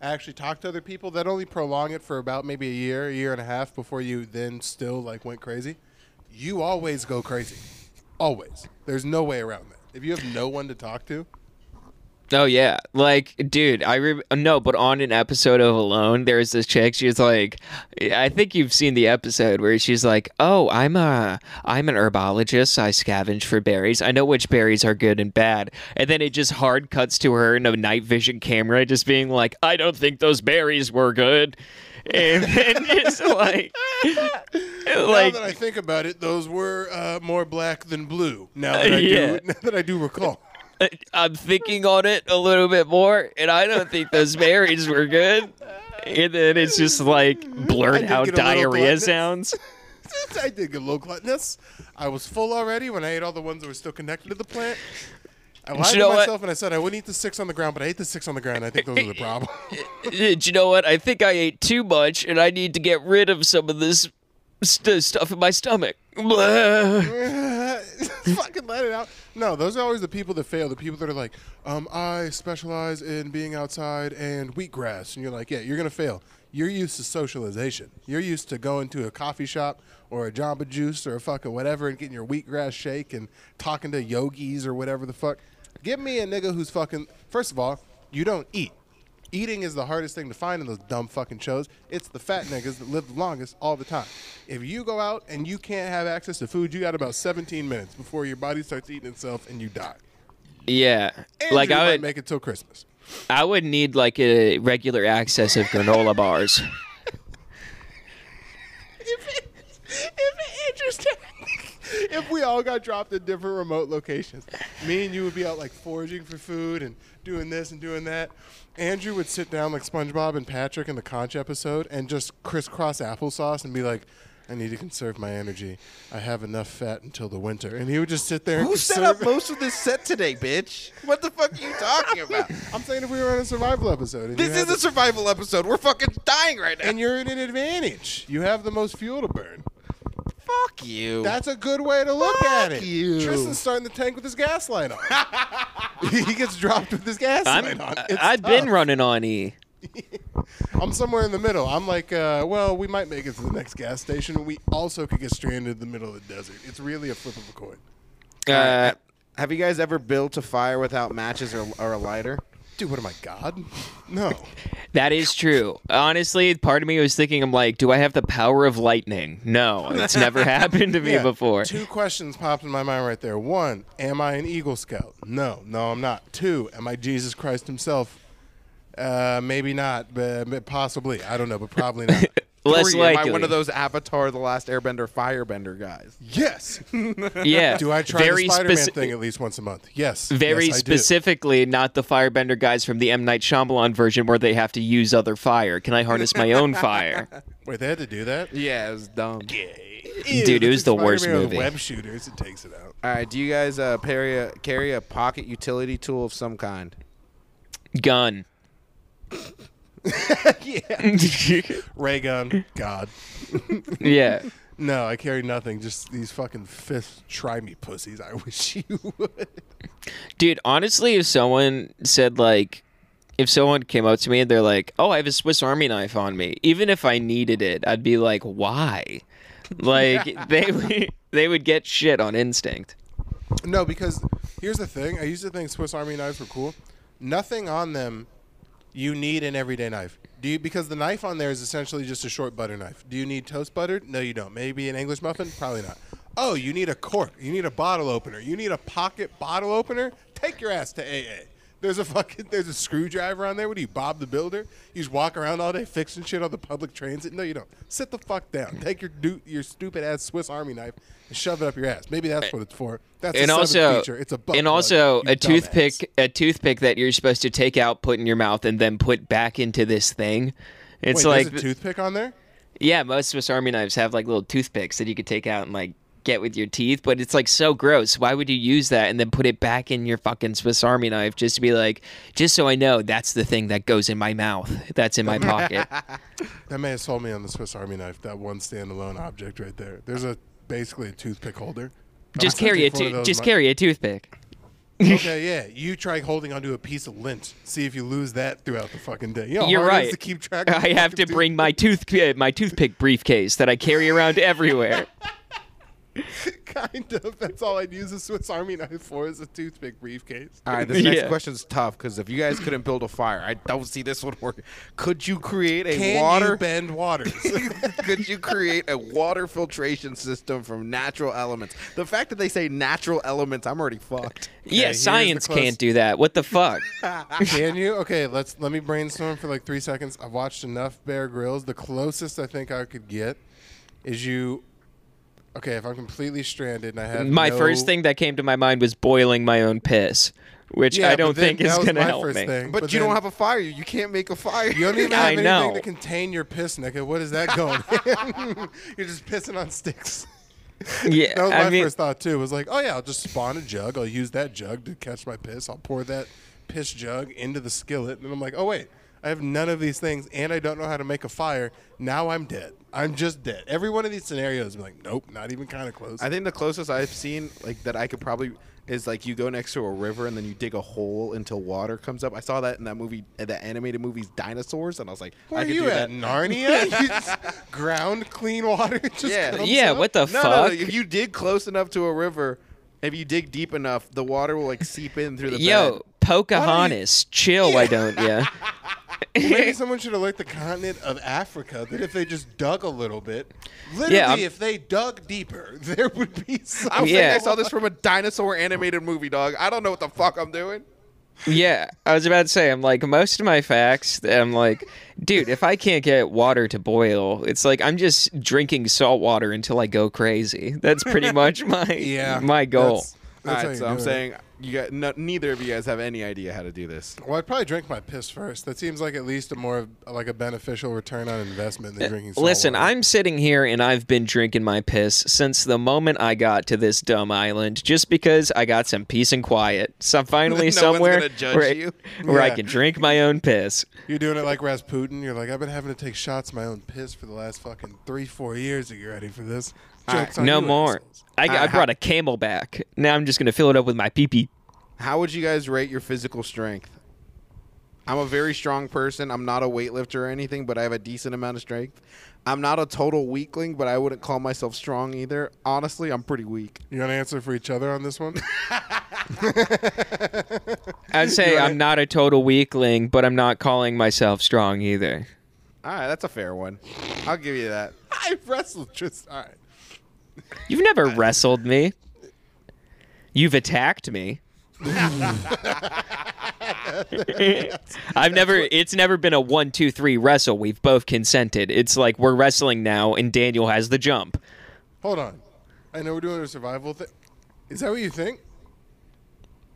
Speaker 1: actually talk to other people, that only prolong it for about maybe a year, a year and a half before you then still like went crazy. You always go crazy. Always. There's no way around that. If you have no one to talk to,
Speaker 2: Oh yeah, like dude, I re- no, but on an episode of Alone, there is this chick. She's like, I think you've seen the episode where she's like, "Oh, I'm a, I'm an herbologist. I scavenge for berries. I know which berries are good and bad." And then it just hard cuts to her in a night vision camera, just being like, "I don't think those berries were good," and then it's like, like
Speaker 1: <laughs> now that I think about it, those were uh, more black than blue.
Speaker 2: <laughs>
Speaker 1: Now that I
Speaker 2: Yeah.
Speaker 1: do, now that I do recall.
Speaker 2: <laughs> I'm thinking on it a little bit more, and I don't
Speaker 1: <laughs>
Speaker 2: think those berries were good. And then it's just like blurred
Speaker 1: did
Speaker 2: out
Speaker 1: get a little
Speaker 2: diarrhea
Speaker 1: gluttonous.
Speaker 2: sounds.
Speaker 1: <laughs> I did get a little gluttonous. I was full already when I ate all the ones that were still connected to the plant. I lied
Speaker 2: you know
Speaker 1: to
Speaker 2: what?
Speaker 1: myself and I said I wouldn't eat the six on the ground, but I ate the six on the ground. I think those are
Speaker 2: <laughs>
Speaker 1: the problem.
Speaker 2: Do you know what? I think I ate too much, and I need to get rid of some of this st- stuff in my stomach. Blah.
Speaker 1: <laughs> Fucking let it out. No, those are always the people that fail. The people that are like, um, I specialize in being outside and wheatgrass, and you're like, yeah, you're gonna fail. You're used to socialization. You're used to going to a coffee shop or a Jamba Juice or a fucking whatever and getting your wheatgrass shake and talking to yogis or whatever the fuck. Give me a nigga who's fucking. First of all, you don't eat. Eating is the hardest thing to find in those dumb fucking shows. It's the fat niggas that live the longest all the time. If you go out and you can't have access to food, you got about 17 minutes before your body starts eating itself and you die.
Speaker 2: Yeah,
Speaker 1: And
Speaker 2: like
Speaker 1: you
Speaker 2: I
Speaker 1: might
Speaker 2: would,
Speaker 1: make it till Christmas.
Speaker 2: I would need like a regular access of granola bars.
Speaker 1: If we all got dropped in different remote locations, me and you would be out like foraging for food and doing this and doing that. Andrew would sit down like SpongeBob and Patrick in the Conch episode and just crisscross applesauce and be like, I need to conserve my energy. I have enough fat until the winter. And he would just sit there and
Speaker 3: Who set
Speaker 1: conserve
Speaker 3: up most of this set today, bitch? <laughs> What the fuck are you talking about?
Speaker 1: I'm saying if we were on a survival episode, and
Speaker 3: <laughs> This
Speaker 1: you
Speaker 3: is
Speaker 1: had
Speaker 3: a survival episode. We're fucking dying right now.
Speaker 1: the- and you're at an advantage. You have the most fuel to burn.
Speaker 3: fuck you.
Speaker 1: That's a good way to look at it.
Speaker 3: you.
Speaker 1: Tristan's starting the tank with his gas line on. <laughs> he gets dropped with his gas
Speaker 2: I'm,
Speaker 1: line on.
Speaker 2: I-
Speaker 1: It's
Speaker 2: I've
Speaker 1: tough.
Speaker 2: been running on E.
Speaker 1: I'm somewhere in the middle. I'm like, uh, well, we might make it to the next gas station, and we also could get stranded in the middle of the desert. It's really a flip of a coin.
Speaker 2: Uh,
Speaker 3: Have you guys ever built a fire without matches or, or a lighter?
Speaker 1: Dude, what am I, God? No.
Speaker 2: That is true. Honestly, part of me was thinking, I'm like, do I have the power of lightning? No, it's
Speaker 1: <laughs>
Speaker 2: never happened to <laughs> me
Speaker 1: Yeah,
Speaker 2: before.
Speaker 1: Two questions popped in my mind right there. One, am I an Eagle Scout? No, no, I'm not. Two, am I Jesus Christ himself? Uh, maybe not, but, but possibly. I don't know, but probably
Speaker 2: <laughs>
Speaker 1: not.
Speaker 2: Less
Speaker 3: Three,
Speaker 2: likely.
Speaker 3: Am I one of those Avatar: The Last Airbender firebender guys?
Speaker 1: yes.
Speaker 2: <laughs> Yeah.
Speaker 1: Do I try
Speaker 2: very
Speaker 1: the Spider-Man
Speaker 2: speci-
Speaker 1: thing at least once a month? Yes.
Speaker 2: Very
Speaker 1: Yes, I do.
Speaker 2: specifically, not the firebender guys from the M Night Shyamalan version where they have to use other fire. Can I harness my
Speaker 1: <laughs>
Speaker 2: own fire?
Speaker 1: Wait, they had to do that?
Speaker 3: Yeah, it was dumb.
Speaker 2: Dude, it was the worst
Speaker 1: Spider-Man with
Speaker 2: movie.
Speaker 1: Web shooters, it takes it out.
Speaker 3: All right, do you guys uh, carry, a, carry a pocket utility tool of some kind?
Speaker 1: <laughs>
Speaker 2: Gun. yeah.
Speaker 1: Ray gun. God.
Speaker 2: <laughs> yeah.
Speaker 1: <laughs> No, I carry nothing. Just these fucking fist try me pussies. I wish you would.
Speaker 2: Dude, honestly, if someone said like, if someone came up to me and they're like, "Oh, I have a Swiss Army knife on me," even if I needed it, I'd be
Speaker 1: <laughs>
Speaker 2: like, "Why?" Like they would, they would get shit on instinct.
Speaker 1: No, because here's the thing. I used to think Swiss Army knives were cool. Nothing on them you need an everyday knife. Do you because the knife on there is essentially just a short butter knife. Do you need toast buttered? No, you don't. Maybe an English muffin? Probably not. Oh, you need a cork. You need a bottle opener. You need a pocket bottle opener? Take your ass to AA. There's a fucking there's a screwdriver on there. What do you, Bob the Builder? You just walk around all day fixing shit on the public transit. No, you don't. Sit the fuck down. Take your du- your stupid ass Swiss Army knife and shove it up your ass. Maybe that's what it's for. That's
Speaker 2: and
Speaker 1: a
Speaker 2: also,
Speaker 1: feature. It's a butt
Speaker 2: and
Speaker 1: plug,
Speaker 2: also
Speaker 1: you
Speaker 2: a toothpick,
Speaker 1: dumbass.
Speaker 2: a toothpick that you're supposed to take out, put in your mouth, and then put back into this thing. It's
Speaker 1: Wait,
Speaker 2: like,
Speaker 1: there's a toothpick on there.
Speaker 2: yeah, most Swiss Army knives have like little toothpicks that you could take out and like get with your teeth, but it's like so gross. Why would you use that and then put it back in your fucking Swiss Army knife just to be like, just so I know that's the thing that goes in my mouth, that's
Speaker 1: <laughs>
Speaker 2: in my pocket.
Speaker 1: That may have sold me on the Swiss Army knife. That one standalone object right there. There's a basically a toothpick holder.
Speaker 2: just
Speaker 1: I'm
Speaker 2: carry a
Speaker 1: searching for one of
Speaker 2: to-
Speaker 1: those
Speaker 2: just
Speaker 1: mi-
Speaker 2: carry a toothpick.
Speaker 1: Okay, yeah. You try holding onto a piece of lint. See if you lose that throughout the fucking day. You know how
Speaker 2: You're
Speaker 1: hard it
Speaker 2: right.
Speaker 1: is to keep track. Of
Speaker 2: <laughs> I
Speaker 1: a
Speaker 2: have to
Speaker 1: fucking
Speaker 2: bring my tooth <laughs> my toothpick briefcase that I
Speaker 1: <laughs>
Speaker 2: carry around everywhere.
Speaker 1: toothpick? <laughs> kind of. That's all I'd use a Swiss Army knife for is a toothpick briefcase.
Speaker 3: All right,
Speaker 1: <laughs>
Speaker 3: this next
Speaker 2: Yeah.
Speaker 3: question's tough because if you guys couldn't build a fire, I don't see this one working. Could you create a
Speaker 1: Can
Speaker 3: water?
Speaker 1: you bend <laughs> waters?
Speaker 3: <laughs> could you create a water filtration system from natural elements? The fact that they say natural elements, I'm
Speaker 1: <laughs>
Speaker 3: already fucked.
Speaker 2: Yeah,
Speaker 1: here's the
Speaker 2: science
Speaker 1: close-
Speaker 2: can't do that. What the fuck?
Speaker 1: <laughs> Can you? Okay, let's let me brainstorm for like three seconds. I've watched enough Bear Grylls. The closest I think I could get is you. Okay, if I'm completely stranded and I have
Speaker 2: my
Speaker 1: no-
Speaker 2: first thing that came to my mind was boiling my own piss, which
Speaker 1: Yeah,
Speaker 2: I
Speaker 1: but
Speaker 2: don't
Speaker 1: then
Speaker 2: think is
Speaker 1: that was
Speaker 2: going to
Speaker 1: my
Speaker 2: help
Speaker 1: first
Speaker 2: me.
Speaker 1: thing,
Speaker 3: But, you
Speaker 1: then
Speaker 3: don't have a fire. You can't make a fire.
Speaker 1: You
Speaker 3: <laughs>
Speaker 1: don't even have
Speaker 2: I
Speaker 1: anything
Speaker 2: know.
Speaker 1: to contain your piss, nigga. What is that going? in? <laughs> You're just pissing on sticks.
Speaker 2: Yeah,
Speaker 1: That was
Speaker 2: I
Speaker 1: my
Speaker 2: mean,
Speaker 1: first thought too. Was like, oh yeah, I'll just spawn a jug. I'll use that jug to catch my piss. I'll pour that piss jug into the skillet, and I'm like, oh wait, I have none of these things, and I don't know how to make a fire. Now I'm dead. I'm just dead. Every one of these scenarios, I'm like, nope, not even kind of close.
Speaker 3: I think the closest I've seen, like that I could probably, is like you go next to a river and then you dig a hole until water comes up. I saw that in that movie, in that animated movie's Dinosaurs, and I was like,
Speaker 1: Where
Speaker 3: I
Speaker 1: are
Speaker 3: could
Speaker 1: you
Speaker 3: do
Speaker 1: at
Speaker 2: <laughs>
Speaker 3: that.
Speaker 1: Narnia? You just- ground clean water. <laughs> Just
Speaker 3: Yeah.
Speaker 1: comes
Speaker 2: yeah,
Speaker 1: up?
Speaker 2: what the
Speaker 3: No,
Speaker 2: fuck?
Speaker 3: no, no, if you dig close enough to a river, if you dig deep enough, the water will like seep in through the
Speaker 2: Yo,
Speaker 3: bed.
Speaker 2: Pocahontas, chill. Why don't
Speaker 3: <laughs>
Speaker 2: you?
Speaker 1: Maybe someone should alert the continent of Africa that if they just dug a little bit, literally,
Speaker 2: Yeah, I'm-
Speaker 1: if they dug deeper, <laughs> there would be some.
Speaker 3: I'm
Speaker 2: Yeah.
Speaker 3: saying I saw this from a dinosaur animated movie, dog. I don't know what the fuck I'm doing.
Speaker 2: Yeah, I was about to say, I'm like, most of my facts, I'm like, dude, if I can't get water to boil, it's like I'm just drinking salt water until I go crazy. That's pretty
Speaker 3: <laughs>
Speaker 2: much my
Speaker 1: Yeah,
Speaker 2: my goal.
Speaker 1: That's,
Speaker 3: All
Speaker 1: that's how
Speaker 3: right,
Speaker 1: you
Speaker 3: so I'm
Speaker 1: do it.
Speaker 3: saying you got no, neither of you guys have any idea how to do this.
Speaker 1: Well, I'd probably drink my piss first. That seems like at least a more like a beneficial return on investment than drinking. salt
Speaker 2: Eh, Listen,
Speaker 1: water.
Speaker 2: I'm sitting here and I've been drinking my piss since the moment I got to this dumb island just because I got some peace and quiet. So finally
Speaker 3: <laughs> No one's
Speaker 2: somewhere
Speaker 3: gonna judge
Speaker 2: where,
Speaker 3: you.
Speaker 2: where I
Speaker 1: Yeah.
Speaker 2: can drink my own piss.
Speaker 1: You're doing it like Rasputin. You're like, I've been having to take shots of my own piss for the last fucking three, four years. Are you ready for this? Jokes on
Speaker 2: No
Speaker 1: you,
Speaker 2: more.
Speaker 1: assholes.
Speaker 2: I, I brought a camel back. Now I'm just going to fill it up with my pee pee.
Speaker 3: How would you guys rate your physical strength? I'm a very strong person. I'm not a weightlifter or anything, but I have a decent amount of strength. I'm not a total weakling, but I wouldn't call myself strong either. Honestly, I'm pretty weak.
Speaker 1: You want to answer for each other on this one? <laughs>
Speaker 2: I'd say I'm not a total weakling, but I'm not calling myself strong either.
Speaker 3: All right, that's a fair one. I'll give you that. <laughs>
Speaker 1: I wrestled just all right.
Speaker 2: You've never wrestled me. You've
Speaker 1: <laughs>
Speaker 2: attacked me. I've never. It's never been a one, two, three wrestle. We've both consented. It's like we're wrestling now, and Daniel has the jump.
Speaker 1: Hold on. I know we're doing a survival thing. Is that what you think?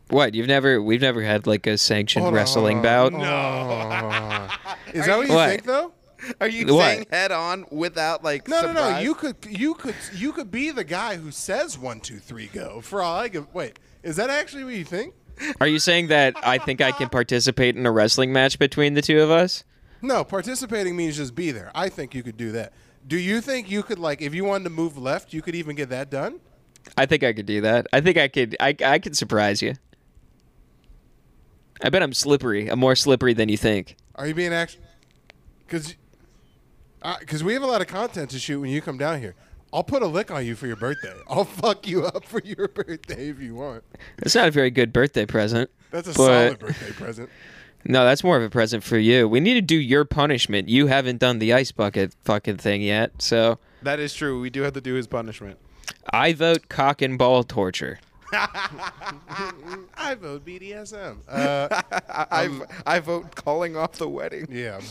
Speaker 2: What? You've never. We've never had like a sanctioned
Speaker 1: Hold on,
Speaker 2: wrestling
Speaker 1: hold on.
Speaker 2: bout.
Speaker 1: Is that what you
Speaker 2: What?
Speaker 1: think though?
Speaker 3: Are you
Speaker 2: What?
Speaker 3: saying head on without like?
Speaker 1: No, no, no.
Speaker 3: surprise?
Speaker 1: You could, you could, you could be the guy who says one, two, three, go. For all I give, wait, is that actually what you think?
Speaker 2: Are you saying that I think I can participate in a wrestling match between the two of us?
Speaker 1: No, participating means just be there. I think you could do that. Do you think you could like, if you wanted to move left, you could even get that done?
Speaker 2: I think I could do that. I think I could. I I could surprise you. I bet I'm slippery. I'm more slippery than you think.
Speaker 1: Are you being action? Because because we have a lot of content to shoot when you come down here. I'll put a lick on you for your birthday. <laughs> I'll fuck you up for your <laughs> birthday if you want.
Speaker 2: It's not a very good birthday present.
Speaker 1: That's a
Speaker 2: but-
Speaker 1: solid birthday present.
Speaker 2: No, that's more of a present for you. We need to do your punishment. You haven't done the ice bucket fucking thing yet, so
Speaker 3: That is true. We do have to do his punishment.
Speaker 2: I vote cock and ball torture.
Speaker 1: I vote BDSM. Uh,
Speaker 3: I I vote calling off the wedding.
Speaker 1: yeah.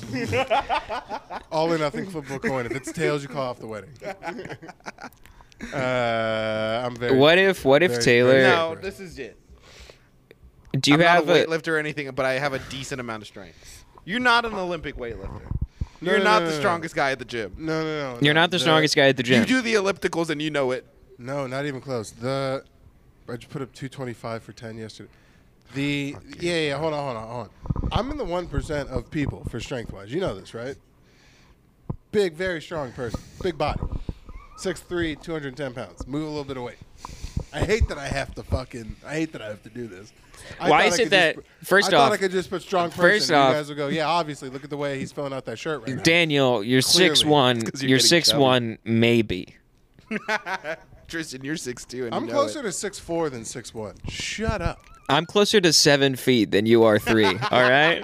Speaker 1: <laughs> All or nothing football coin. If it's tails, you call off the <laughs> wedding. Uh, I'm very.
Speaker 2: What if? What if
Speaker 1: Very-
Speaker 2: Taylor?
Speaker 1: very-
Speaker 3: No, this is it.
Speaker 2: Do you
Speaker 3: I'm
Speaker 2: have
Speaker 3: not a
Speaker 2: a?
Speaker 3: weightlifter or anything, but I have a decent amount of strength. You're not an Olympic weightlifter.
Speaker 1: No,
Speaker 3: You're
Speaker 1: no,
Speaker 3: not
Speaker 1: no,
Speaker 3: the
Speaker 1: no, no.
Speaker 3: strongest guy at the gym.
Speaker 1: No, no, no.
Speaker 2: You're
Speaker 1: no.
Speaker 2: not the strongest guy at the gym.
Speaker 3: You do the ellipticals and you know it.
Speaker 1: No, not even close. The I just put up two twenty five for ten yesterday. The yeah, yeah. Hold on, hold on, hold on. I'm in the one percent of people for strength wise. You know this, right? Big, very strong person. Big body. 6'3", 210 pounds. Move a little bit of weight. I hate that I have to fucking. I hate that I have to do this. I
Speaker 2: Why
Speaker 1: thought
Speaker 2: is
Speaker 1: I
Speaker 2: it
Speaker 1: could
Speaker 2: that-
Speaker 1: Just, put-
Speaker 2: first
Speaker 1: I thought
Speaker 2: off-
Speaker 1: I could just put strong person.
Speaker 2: first
Speaker 1: and
Speaker 2: off-
Speaker 1: you guys will go, yeah, obviously. Look at the way he's filling out that shirt right now.
Speaker 2: Daniel, you're six one.
Speaker 3: It's 'cause you're
Speaker 2: You're
Speaker 3: getting
Speaker 2: six one, maybe.
Speaker 3: Tristan, you're 6'2", and
Speaker 1: I'm
Speaker 3: you know
Speaker 1: closer
Speaker 3: it.
Speaker 1: to six four than six one. Shut up.
Speaker 2: I'm closer to seven feet than you are
Speaker 3: <laughs>
Speaker 2: three. all right.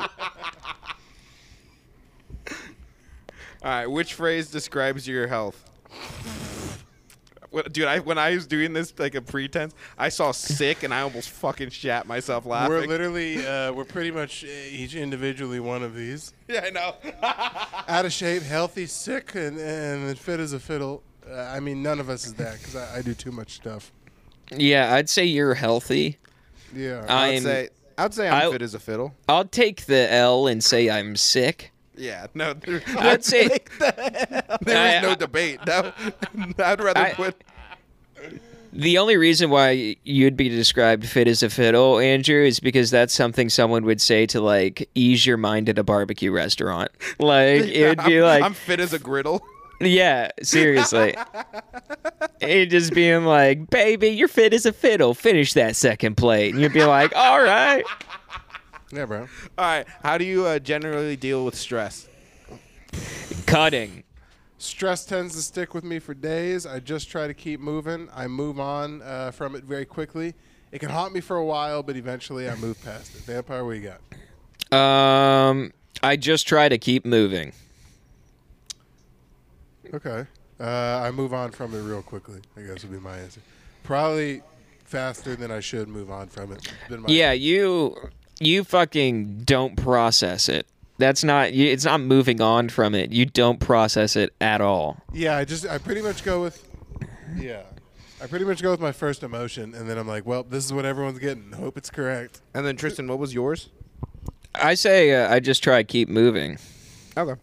Speaker 3: All right, which phrase describes your health? What- Dude, I, when I was doing this like a pretense, I saw sick and I almost fucking shat myself laughing.
Speaker 1: We're literally, uh, we're pretty much uh, each individually one of these.
Speaker 3: <laughs> yeah, I know.
Speaker 1: Out of shape, healthy, sick, and, and fit as a fiddle. Uh, I mean, none of us is that because I, I do too much stuff.
Speaker 2: Yeah, I'd say you're healthy.
Speaker 1: Yeah.
Speaker 2: I-
Speaker 3: I'd
Speaker 2: I'm-
Speaker 3: say I'd say I'm
Speaker 2: I-
Speaker 3: fit as a fiddle.
Speaker 2: I'll take the L and say I'm sick.
Speaker 3: Yeah, no. <laughs> there-
Speaker 2: I'd say
Speaker 3: There
Speaker 2: I-
Speaker 3: is no debate. No, <laughs> I'd rather
Speaker 2: I-
Speaker 3: put.
Speaker 2: The only reason why you'd be described fit as a fiddle, Andrew, is because that's something someone would say to like ease your mind at a barbecue restaurant. <laughs>
Speaker 3: <laughs>
Speaker 2: Like it'd be
Speaker 3: I'm,
Speaker 2: like,
Speaker 3: I'm fit as a griddle. <laughs>
Speaker 2: yeah, seriously. it just being like, baby, you're fit as a fiddle. Finish that second plate, and you'd be like, all right.
Speaker 1: yeah, bro.
Speaker 3: All right, how do you uh, generally deal with stress?
Speaker 2: Cutting.
Speaker 1: Stress tends to stick with me for days. I just try to keep moving. I move on uh, from it very quickly. It can haunt me for a while, but eventually I move past it. Vampire, what you got?
Speaker 2: Um, I just try to keep moving.
Speaker 1: Okay. Uh, I move on from it real quickly, I guess would be my answer. Probably faster than I should move on from it. It's been my-
Speaker 2: Yeah, you you fucking don't process it. That's not you, it's not moving on from it. You don't process it at all.
Speaker 1: Yeah, I just I pretty much go with yeah. I pretty much go with my first emotion, and then I'm like, well, this is what everyone's getting. Hope it's correct.
Speaker 3: And then Tristan, what was yours?
Speaker 2: I say uh, I just try to keep moving.
Speaker 3: Okay.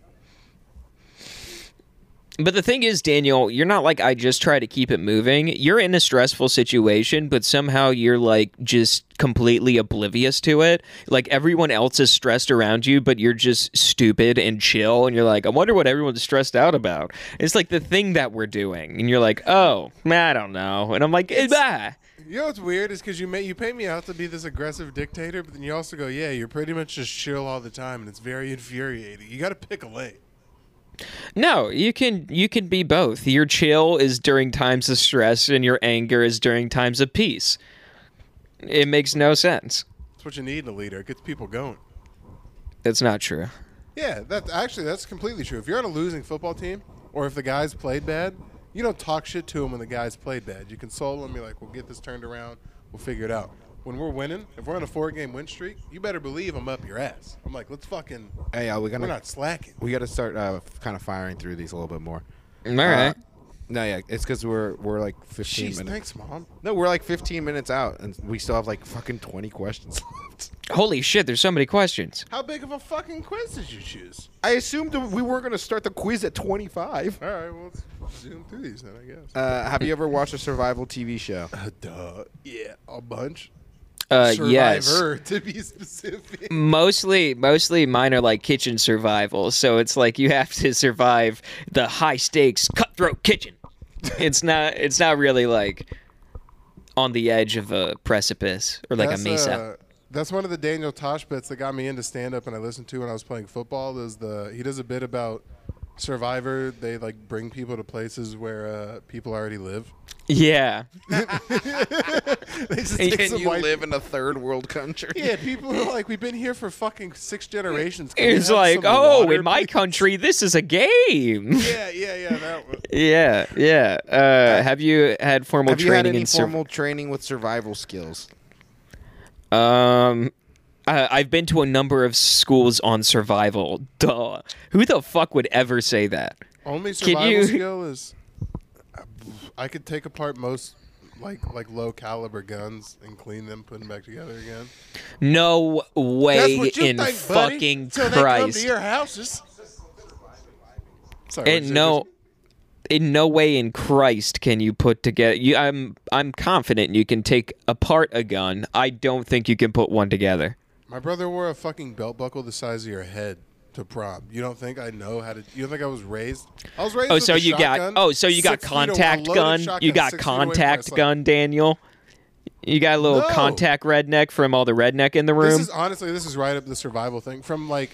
Speaker 2: But the thing is, Daniel, you're not like I just try to keep it moving. You're in a stressful situation, but somehow you're like just completely oblivious to it. Like everyone else is stressed around you, but you're just stupid and chill and you're like, I wonder what everyone's stressed out about. It's like the thing that we're doing. And you're like, Oh, I don't know. And I'm like, "Eh, bah.
Speaker 1: You know what's weird is because you may, you pay me out to be this aggressive dictator, but then you also go, yeah, you're pretty much just chill all the time, and it's very infuriating. You got to pick a lane.
Speaker 2: No, you can you can be both. Your chill is during times of stress and your anger is during times of peace. It makes no sense.
Speaker 1: That's what you need in a leader. It gets people going.
Speaker 2: That's not true.
Speaker 1: Yeah, that actually that's completely true. If you're on a losing football team, or if the guys played bad, you don't talk shit to them when the guys played bad. You console them. You're like, we'll get this turned around. We'll figure it out. When we're winning, if we're on a four-game win streak, you better believe I'm up your ass. I'm like, let's fucking,
Speaker 3: Hey, uh, we
Speaker 1: we're
Speaker 3: gonna
Speaker 1: not slacking.
Speaker 3: we gotta start uh, kind of firing through these a little bit more.
Speaker 2: All right.
Speaker 3: Uh, no, yeah, it's because we're we're like 15
Speaker 1: Jeez,
Speaker 3: minutes.
Speaker 1: thanks, mom.
Speaker 3: No, we're like 15 minutes out, and we still have like fucking 20 questions <laughs> left.
Speaker 2: Holy shit, there's so many questions.
Speaker 1: How big of a fucking quiz did you choose?
Speaker 3: I assumed that we weren't gonna start the quiz at 25.
Speaker 1: All right, well, let's zoom through these then, I guess.
Speaker 3: Uh, have you ever watched a survival TV <laughs> show?
Speaker 1: duh. Yeah, a bunch.
Speaker 2: Uh
Speaker 1: Survivor,
Speaker 2: yes.
Speaker 1: <laughs> to be specific.
Speaker 2: Mostly mostly mine are like kitchen survival, so it's like you have to survive the high stakes cutthroat kitchen. it's not it's not really like on the edge of a precipice or like a mesa.
Speaker 1: uh, That's one of the Daniel Tosh bits that got me into stand up and I listened to when I was playing football is the he does a bit about Survivor, they like bring people to places where uh, people already live. <laughs>
Speaker 2: Yeah.
Speaker 3: They just
Speaker 2: And
Speaker 3: take
Speaker 1: you-
Speaker 3: some
Speaker 1: you
Speaker 3: white-
Speaker 1: live
Speaker 3: in a third world country.
Speaker 1: Yeah, people are like, we've been here for fucking six generations. Can we
Speaker 2: It's
Speaker 1: have
Speaker 2: like,
Speaker 1: some
Speaker 2: oh,
Speaker 1: water,
Speaker 2: in my
Speaker 1: please?"
Speaker 2: country, this is a game. <laughs>
Speaker 1: Yeah, yeah, yeah. That one.
Speaker 2: yeah, yeah. Uh, have you had formal
Speaker 3: Have you
Speaker 2: training
Speaker 3: had any
Speaker 2: in sur-
Speaker 3: formal training with survival skills?
Speaker 2: Um, uh, I've been to a number of schools on survival. Duh. Who the fuck would ever say that?
Speaker 1: Only survival
Speaker 2: you-
Speaker 1: skill is uh, I could take apart most like like low caliber guns and clean them, put them back together again.
Speaker 2: No
Speaker 1: That's
Speaker 2: way
Speaker 1: what you
Speaker 2: in
Speaker 1: think, buddy,
Speaker 2: fucking
Speaker 1: till They come to
Speaker 2: Christ.
Speaker 1: your houses. Sorry, what'd you
Speaker 2: In
Speaker 1: say,
Speaker 2: no,
Speaker 1: Chris?
Speaker 2: in no way in Christ can you put together. You, I'm I'm confident you can take apart a gun. I don't think you can put one together.
Speaker 1: My brother wore a fucking belt buckle the size of your head to prom. You don't think I know how to? You don't think I was raised? I was raised.
Speaker 2: Oh,
Speaker 1: with
Speaker 2: so
Speaker 1: a
Speaker 2: you got
Speaker 1: shotgun,
Speaker 2: oh, so you got
Speaker 1: six feet away- a
Speaker 2: contact
Speaker 1: loaded
Speaker 2: gun.
Speaker 1: shotgun
Speaker 2: you got
Speaker 1: six feet away from
Speaker 2: contact
Speaker 1: us, like,
Speaker 2: gun, Daniel. You got a little
Speaker 1: No.
Speaker 2: contact redneck from all the redneck in the room.
Speaker 1: This is honestly, this is right up the survival thing. From like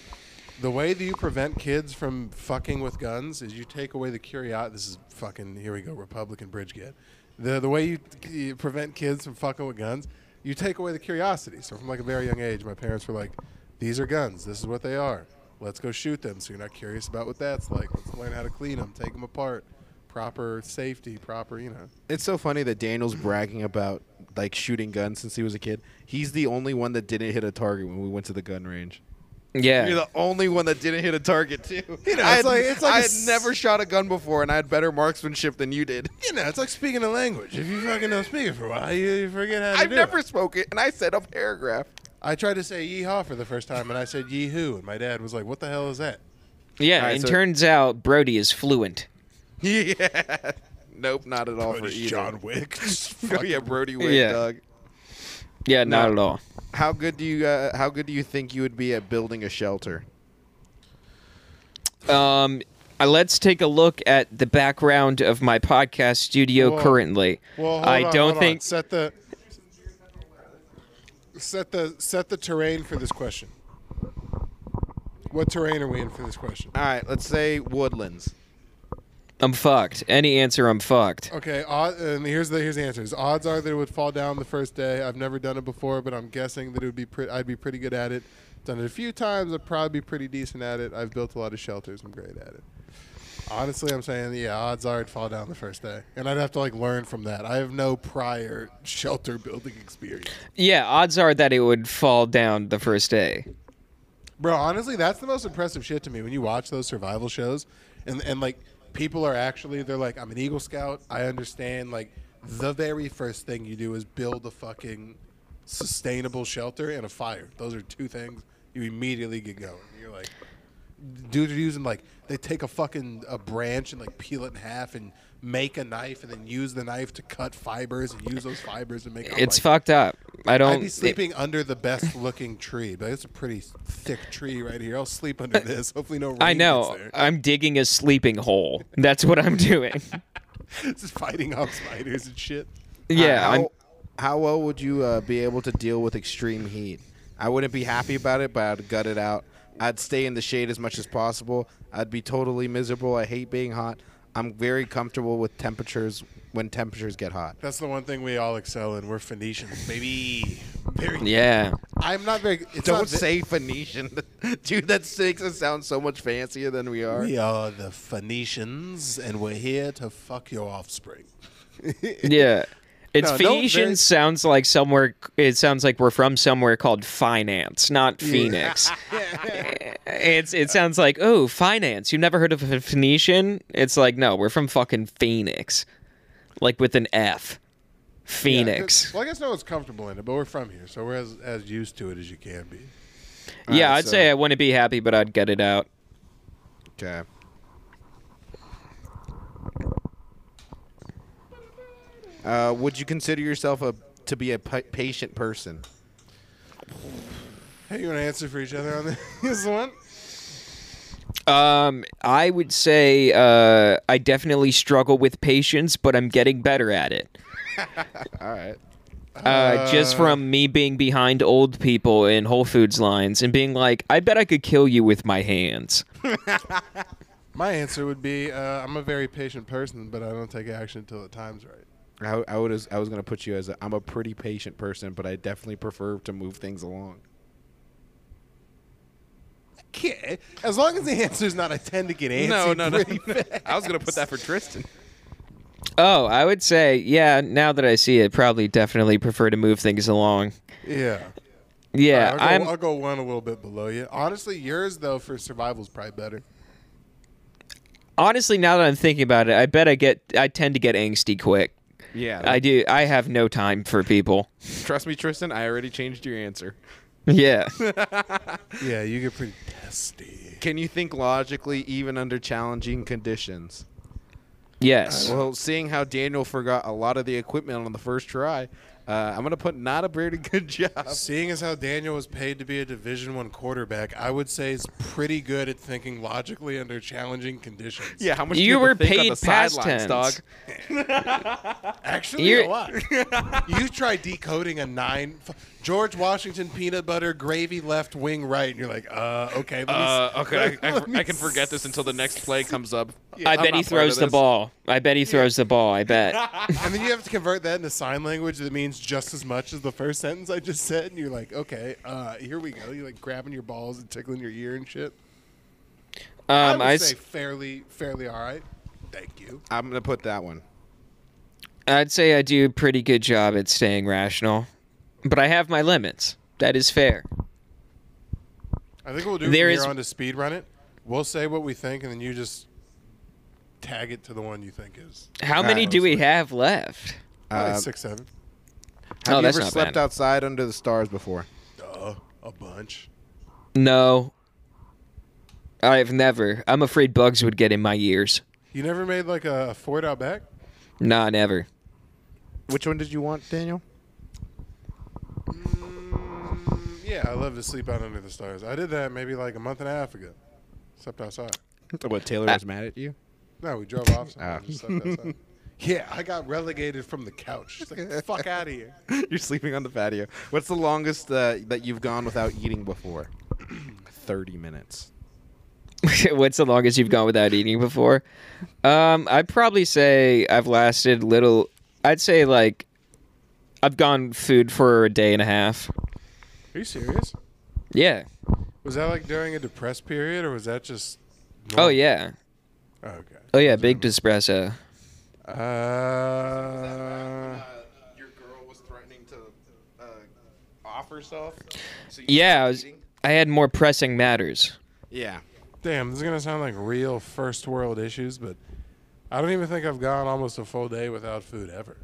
Speaker 1: the way that you prevent kids from fucking with guns is you take away the curiosity. This is fucking here we go Republican Bridgegate. The the way you, you prevent kids from fucking with guns, you take away the curiosity. So from like a very young age, my parents were like, "These are guns. This is what they are. Let's go shoot them." So you're not curious about what that's like. Let's learn how to clean them, take them apart, proper safety, proper you know.
Speaker 3: It's so funny that Daniel's bragging about like shooting guns since he was a kid. He's the only one that didn't hit a target when we went to the gun range.
Speaker 2: yeah.
Speaker 3: You're the only one that didn't hit a target <laughs> too.
Speaker 1: You know, it's
Speaker 3: I had,
Speaker 1: like- it's like
Speaker 3: I
Speaker 1: a
Speaker 3: had
Speaker 1: s-
Speaker 3: never shot a gun before, and I had better marksmanship than you did.
Speaker 1: You know, it's like speaking a language. If you fucking don't speak it for a while, you, you forget how to
Speaker 3: I've
Speaker 1: do it.
Speaker 3: never spoken, and I said a paragraph.
Speaker 1: I tried to say yeehaw for the first time, and I said yeehoo, and my dad was like, "What the hell is that?"
Speaker 2: Yeah,
Speaker 3: All right,
Speaker 2: and
Speaker 3: so-
Speaker 2: turns out Brody is fluent.
Speaker 3: <laughs> Yeah. Nope, not at all for either.
Speaker 1: <laughs> Wick.
Speaker 3: <laughs> Oh, yeah, Brody Wick,
Speaker 2: Yeah.
Speaker 3: dog.
Speaker 2: Yeah,
Speaker 3: No.
Speaker 2: not at all.
Speaker 3: How good do you uh, How good do you think you would be at building a shelter?
Speaker 2: Um, uh, let's take a look at the background of my podcast studio
Speaker 1: Well-
Speaker 2: currently.
Speaker 1: well, hold
Speaker 2: I
Speaker 1: on,
Speaker 2: don't
Speaker 1: hold on.
Speaker 2: think.
Speaker 1: set the set the set the terrain for this question. What terrain are we in for this question?
Speaker 3: All right, let's say woodlands.
Speaker 2: I'm fucked. Any answer, I'm fucked.
Speaker 1: Okay, odd, and here's the here's the answers. Odds are that it would fall down the first day. I've never done it before, but I'm guessing that it would be pre- I'd be pretty good at it. Done it a few times. I'd probably be pretty decent at it. I've built a lot of shelters. I'm great at it. Honestly, I'm saying yeah. Odds are it'd fall down the first day, and I'd have to like learn from that. I have no prior shelter building experience,
Speaker 2: Yeah, odds are that it would fall down the first day.
Speaker 1: Oh bro. Honestly, that's the most impressive shit to me when you watch those survival shows, and and like people are actually they're like I'm an Eagle Scout. I understand like the very first thing you do is build a fucking sustainable shelter and a fire. Those are two things you immediately get going. You're like, dudes are using like they take a fucking a branch and like peel it in half and make a knife and then use the knife to cut fibers and use those fibers and make. I'm
Speaker 2: It's
Speaker 1: like,
Speaker 2: fucked up. I don't.
Speaker 1: I'd be
Speaker 2: it-
Speaker 1: sleeping under the best looking tree, but it's a pretty thick tree right here. I'll sleep
Speaker 2: <laughs>
Speaker 1: under this. Hopefully, no rain.
Speaker 2: I know.
Speaker 1: Gets there.
Speaker 2: I'm digging a sleeping hole. That's what
Speaker 1: <laughs>
Speaker 2: I'm doing.
Speaker 1: Just fighting off spiders and shit.
Speaker 2: yeah.
Speaker 3: Uh, how,
Speaker 2: I'm,
Speaker 3: how well would you uh, be able to deal with extreme heat? I wouldn't be happy about it, but I'd gut it out. I'd stay in the shade as much as possible. I'd be totally miserable. I hate being hot. I'm very comfortable with temperatures when temperatures get hot.
Speaker 1: That's the one thing we all excel in. We're Phoenicians, baby. Very.
Speaker 2: yeah.
Speaker 1: I'm not very. It's
Speaker 3: Don't
Speaker 1: not ve-
Speaker 3: say Phoenician, <laughs> dude. That makes us sound so much fancier than we are.
Speaker 1: We are the Phoenicians, and we're here to fuck your offspring.
Speaker 2: Yeah. It's
Speaker 1: No, don't
Speaker 2: Phoenician
Speaker 1: very-
Speaker 2: sounds like somewhere it sounds like we're from somewhere called finance,
Speaker 1: <laughs>
Speaker 2: not Phoenix. it's it sounds like, oh, finance. You've never heard of a Phoenician? It's like, no, we're from fucking Phoenix. Like with an F. Phoenix.
Speaker 1: Well, I guess no one's comfortable in it, but we're from here, so we're as, as used to it as you can be.
Speaker 2: Yeah,
Speaker 3: Alright,
Speaker 2: I'd
Speaker 3: so-
Speaker 2: say I wouldn't be happy, but I'd get it out.
Speaker 3: Okay. Uh, would you consider yourself a to be a pa- patient person?
Speaker 1: Hey, you want to answer for each other on <laughs> this one?
Speaker 2: Um, I would say uh, I
Speaker 3: <laughs>
Speaker 2: definitely struggle with patience, but I'm getting better at it.
Speaker 3: All right.
Speaker 2: uh, just from me being behind old people in Whole Foods lines and being like, I bet I could kill you with my
Speaker 3: <laughs>
Speaker 2: hands.
Speaker 1: My answer would be uh, I'm a very patient person, but I don't take action until the time's right.
Speaker 3: I, I would I was gonna put you as a, I'm a pretty patient person, but I definitely prefer to move things along.
Speaker 1: Okay. As long as the answer's not a 10 to get antsy.
Speaker 3: <laughs>
Speaker 1: pretty fast.
Speaker 3: I was gonna put that for Tristan.
Speaker 2: Oh, I would say, yeah, now that I see it, probably definitely prefer to move things along.
Speaker 1: Yeah.
Speaker 2: Yeah,
Speaker 1: I'll, go,
Speaker 2: I'm
Speaker 3: uh
Speaker 1: I'll go one a little bit below you. Honestly, yours, though, for survival's probably better.
Speaker 2: honestly now that I'm thinking about it, I bet I get I tend to get angsty quick.
Speaker 3: Yeah,
Speaker 2: I do. I have no time for people.
Speaker 3: trust me, Tristan. I already changed your answer.
Speaker 2: Yeah.
Speaker 1: Yeah, you get pretty testy.
Speaker 3: Can you think logically even under challenging conditions?
Speaker 2: yes.
Speaker 3: Well, seeing how Daniel forgot a lot of the equipment on the first try, uh, I'm gonna put not a pretty <laughs> good job.
Speaker 1: Seeing as how Daniel was paid to be a Division One quarterback, I would say is pretty good at thinking logically under challenging conditions.
Speaker 3: Yeah, how much do
Speaker 2: You
Speaker 3: have to
Speaker 2: were
Speaker 3: think on
Speaker 2: paid
Speaker 3: the
Speaker 2: past
Speaker 3: sidelines,
Speaker 2: tense.
Speaker 3: dog?
Speaker 1: actually,
Speaker 2: You're-
Speaker 1: a lot. <laughs> you try decoding a nine, f- George Washington peanut butter gravy left wing right, and you're like, uh, okay, let me
Speaker 5: Uh,
Speaker 1: s-
Speaker 5: okay,
Speaker 3: <laughs>
Speaker 5: I, I,
Speaker 1: <laughs> let me
Speaker 5: I can forget this until the next play comes up.
Speaker 2: I
Speaker 5: I'm
Speaker 2: bet
Speaker 5: not
Speaker 2: he
Speaker 5: part of
Speaker 2: throws the
Speaker 5: this.
Speaker 2: ball. I bet he throws the ball. I bet. Um,
Speaker 1: And then you have to convert that into sign language that means just as much as the first sentence I just said, and you're like, okay, uh, here we go. You're like grabbing your balls and tickling your ear and shit. I
Speaker 2: Um,
Speaker 1: would
Speaker 2: I, s-
Speaker 1: say fairly, fairly all right. Thank you.
Speaker 3: I'm gonna put that one.
Speaker 2: Oh, I'd say I do a pretty good job at staying rational, but I have my limits. That is fair.
Speaker 1: I think we'll do
Speaker 2: There
Speaker 1: from
Speaker 2: is-
Speaker 1: here on to speed run it. We'll say what we think, and then you just tag it to the one you think is
Speaker 2: How many do we have left?
Speaker 1: probably
Speaker 3: Uh,
Speaker 1: six, seven,
Speaker 3: Have
Speaker 2: Oh,
Speaker 3: you
Speaker 2: that's
Speaker 3: ever
Speaker 2: not
Speaker 3: slept
Speaker 2: bad.
Speaker 3: outside under the stars before?
Speaker 1: uh, a bunch.
Speaker 2: No. I've never. I'm afraid bugs would get in my ears.
Speaker 1: You never made like a Ford Outback?
Speaker 2: Nah, never.
Speaker 3: Which one did you want, Daniel?
Speaker 1: Mm, yeah, I love to sleep out under the stars. I did that maybe like a month and a half ago. Slept outside.
Speaker 3: What Taylor was mad at you? <laughs>
Speaker 1: No, we drove off. somewhere
Speaker 3: Ah.
Speaker 1: and just slept <laughs> outside. yeah, I got relegated from the couch. It's like, fuck out of here.
Speaker 3: You're sleeping on the patio. What's the longest uh, that you've gone without eating before? <clears throat> 30 minutes.
Speaker 2: <laughs> What's the longest you've gone without eating before? Um, I'd probably say I've lasted little. I'd say like I've gone food for a day and a half.
Speaker 1: Are you serious?
Speaker 2: Yeah.
Speaker 1: Was that like during a depressed period, or was that just?
Speaker 2: Oh yeah.
Speaker 1: Oh, okay.
Speaker 2: Oh yeah. Big espresso.
Speaker 1: Uh,
Speaker 3: your girl was threatening to uh, off herself?
Speaker 2: Yeah. I, was, I had more pressing matters.
Speaker 3: Yeah.
Speaker 1: damn, this is gonna sound like real first world issues, but I don't even think I've gone almost a full day without food ever.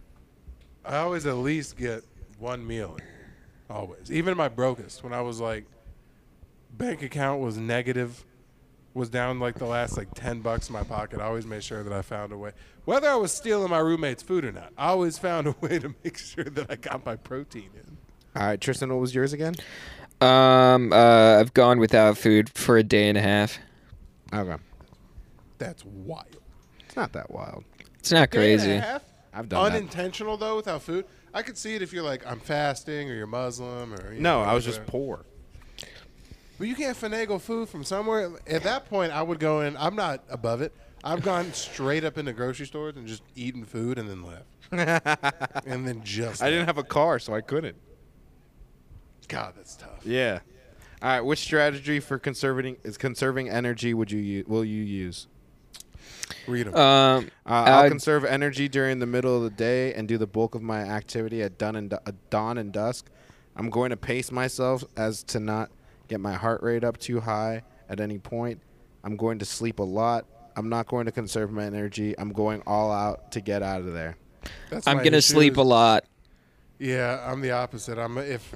Speaker 1: I always at least get one meal, in. always. Even my brokest, when I was like, bank account was negative, was down like the last like ten bucks in my pocket. I always made sure that I found a way, whether I was stealing my roommate's food or not. I always found a way to make sure that I got my protein in.
Speaker 3: All right, Tristan, what was yours again?
Speaker 2: Um. Uh. I've gone without food for a day and a half.
Speaker 3: Okay.
Speaker 1: That's wild.
Speaker 3: It's not that wild.
Speaker 2: It's not
Speaker 1: Day and a
Speaker 2: crazy.
Speaker 1: half?
Speaker 3: I've done that.
Speaker 1: unintentional though without food. I could see it if you're like I'm fasting or you're Muslim or you
Speaker 3: No,
Speaker 1: know,
Speaker 3: I was just
Speaker 1: whatever.
Speaker 3: poor.
Speaker 1: But you can't finagle food from somewhere. At that point, I would go in. I'm not above it. I've
Speaker 3: <laughs>
Speaker 1: gone straight up into grocery stores and just eaten food and then left.
Speaker 3: <laughs>
Speaker 1: and then just
Speaker 3: I didn't have a car, so I couldn't.
Speaker 1: God, that's tough.
Speaker 3: Yeah. All right, which strategy for conserving is conserving energy would you use, will you use?
Speaker 1: Read 'em.
Speaker 2: Um.
Speaker 3: Uh, I'll
Speaker 2: Uh,
Speaker 3: conserve energy during the middle of the day and do the bulk of my activity at dawn and, du- uh, dawn and dusk. I'm going to pace myself as to not get my heart rate up too high at any point. I'm going to sleep a lot. I'm not going to conserve my energy. I'm going all out to get out of there.
Speaker 1: That's
Speaker 2: I'm
Speaker 1: my
Speaker 2: gonna
Speaker 1: issue
Speaker 2: sleep
Speaker 1: is-
Speaker 2: a lot.
Speaker 1: Yeah, I'm the opposite. I'm a, if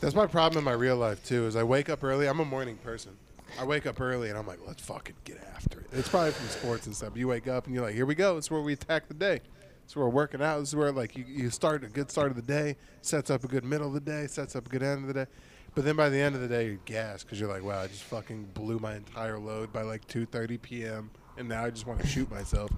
Speaker 1: that's my problem in my real life too. Is I wake up early. I'm a morning person. I wake up early and I'm like, let's fucking get after it. It's probably from sports and stuff. You wake up and you're like, here we go. It's where we attack the day. It's where we're working out. This is where like you, you start a good start of the day, sets up a good middle of the day, sets up a good end of the day. But then by the end of the day, you're gassed because you're like, wow, I just fucking blew my entire load by like 2:30 p.m. and now I just want to shoot myself.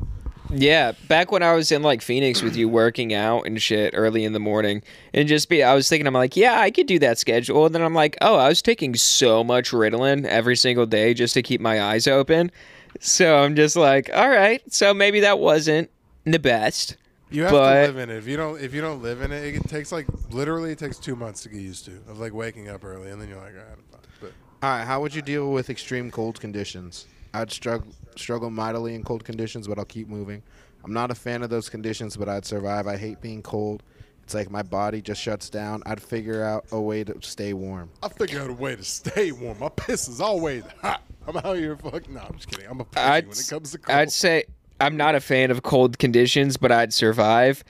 Speaker 2: Yeah, back when I was in like Phoenix with you working out and shit early in the morning, and just be, I was thinking, I'm like, yeah, I could do that schedule. And then I'm like, oh, I was taking so much Ritalin every single day just to keep my eyes open. So I'm just like, all right, so maybe that wasn't the best.
Speaker 1: You have
Speaker 2: But-
Speaker 1: to live in it. If you don't, if you don't live in it, it takes like literally it takes two months to get used to of like waking up early and then you're like, all right, I'm fine. But
Speaker 3: All right, how would you deal with extreme cold conditions? I'd struggle struggle mightily in cold conditions, but I'll keep moving. I'm not a fan of those conditions, but I'd survive. I hate being cold. It's like my body just shuts down. I'd figure out a way to stay warm.
Speaker 1: I figure out a way to stay warm. My piss is always hot. I'm out here fucking. No, I'm just kidding. I'm a pussy
Speaker 2: I'd,
Speaker 1: when it comes to cold.
Speaker 2: I'd say I'm not a fan of cold conditions, but I'd survive.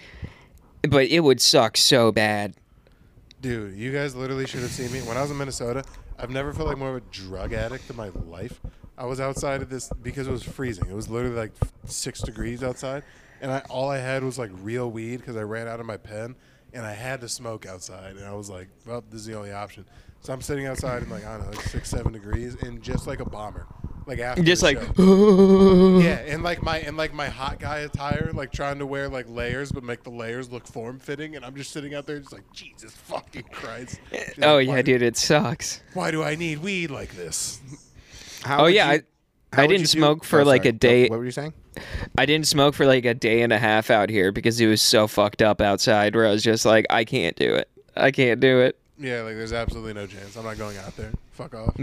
Speaker 2: But it would suck so bad.
Speaker 1: Dude, you guys literally should have seen me when I was in Minnesota. I've never felt like more of a drug addict in my life. I was outside of this because it was freezing. It was literally like six degrees outside, and I all I had was like real weed because I ran out of my pen, and I had to smoke outside. And I was like, well, this is the only option. So I'm sitting outside in like I don't know, like six, seven degrees, and just like a bomber, like after
Speaker 2: Just
Speaker 1: the
Speaker 2: like,
Speaker 1: show.
Speaker 3: <laughs>
Speaker 1: Yeah, and like my and like my hot guy attire, like trying to wear like layers but make the layers look form fitting, and I'm just sitting out there just like Jesus fucking
Speaker 3: <laughs>
Speaker 1: Christ. Just
Speaker 2: oh
Speaker 1: like,
Speaker 2: yeah,
Speaker 1: why-
Speaker 2: dude, it sucks.
Speaker 1: Why do I need weed like this?
Speaker 3: How
Speaker 2: Oh
Speaker 3: would
Speaker 2: yeah,
Speaker 3: you-
Speaker 2: I,
Speaker 3: how
Speaker 2: I
Speaker 3: would
Speaker 2: didn't
Speaker 3: you do-
Speaker 2: smoke for
Speaker 3: Oh,
Speaker 2: like
Speaker 3: sorry.
Speaker 2: a day.
Speaker 3: What were you saying?
Speaker 2: I didn't smoke for like a day and a half out here because it was so fucked up outside where I was just like, I can't do it. I can't do it.
Speaker 1: Yeah, like there's absolutely no chance. I'm not going out there. Fuck off.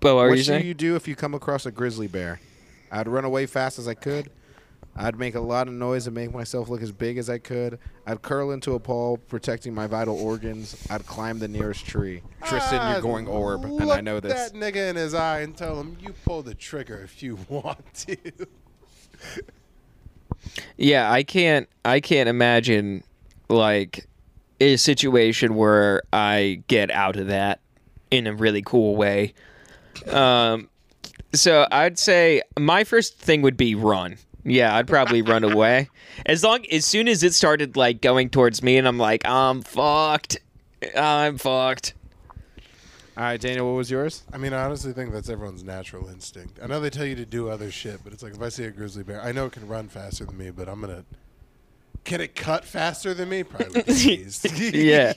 Speaker 2: But what were you
Speaker 3: What should
Speaker 2: saying?
Speaker 3: you do if you come across a grizzly bear? I'd run away fast as I could. I'd make a lot of noise and make myself look as big as I could. I'd curl into a ball, protecting my vital organs. I'd climb the nearest tree.
Speaker 1: Ah,
Speaker 3: Tristan, you're going orb, and I
Speaker 1: look
Speaker 3: know this.
Speaker 1: That nigga in his eye and tell him you pull the trigger if you <laughs> want to.
Speaker 2: yeah, I can't. I can't imagine like a situation where I get out of that in a really cool way. Um, so I'd say my first thing would be run. Yeah, I'd probably run away. As long as soon as it started like going towards me, and I'm like, I'm fucked. I'm fucked.
Speaker 3: All right, Daniel, what was yours?
Speaker 1: I mean, I honestly think that's everyone's natural instinct. I know they tell you to do other shit, but it's like if I see a grizzly bear, I know it can run faster than me, but I'm gonna. Can it cut faster than me?
Speaker 2: <laughs>
Speaker 1: Probably. Please.
Speaker 2: Yeah.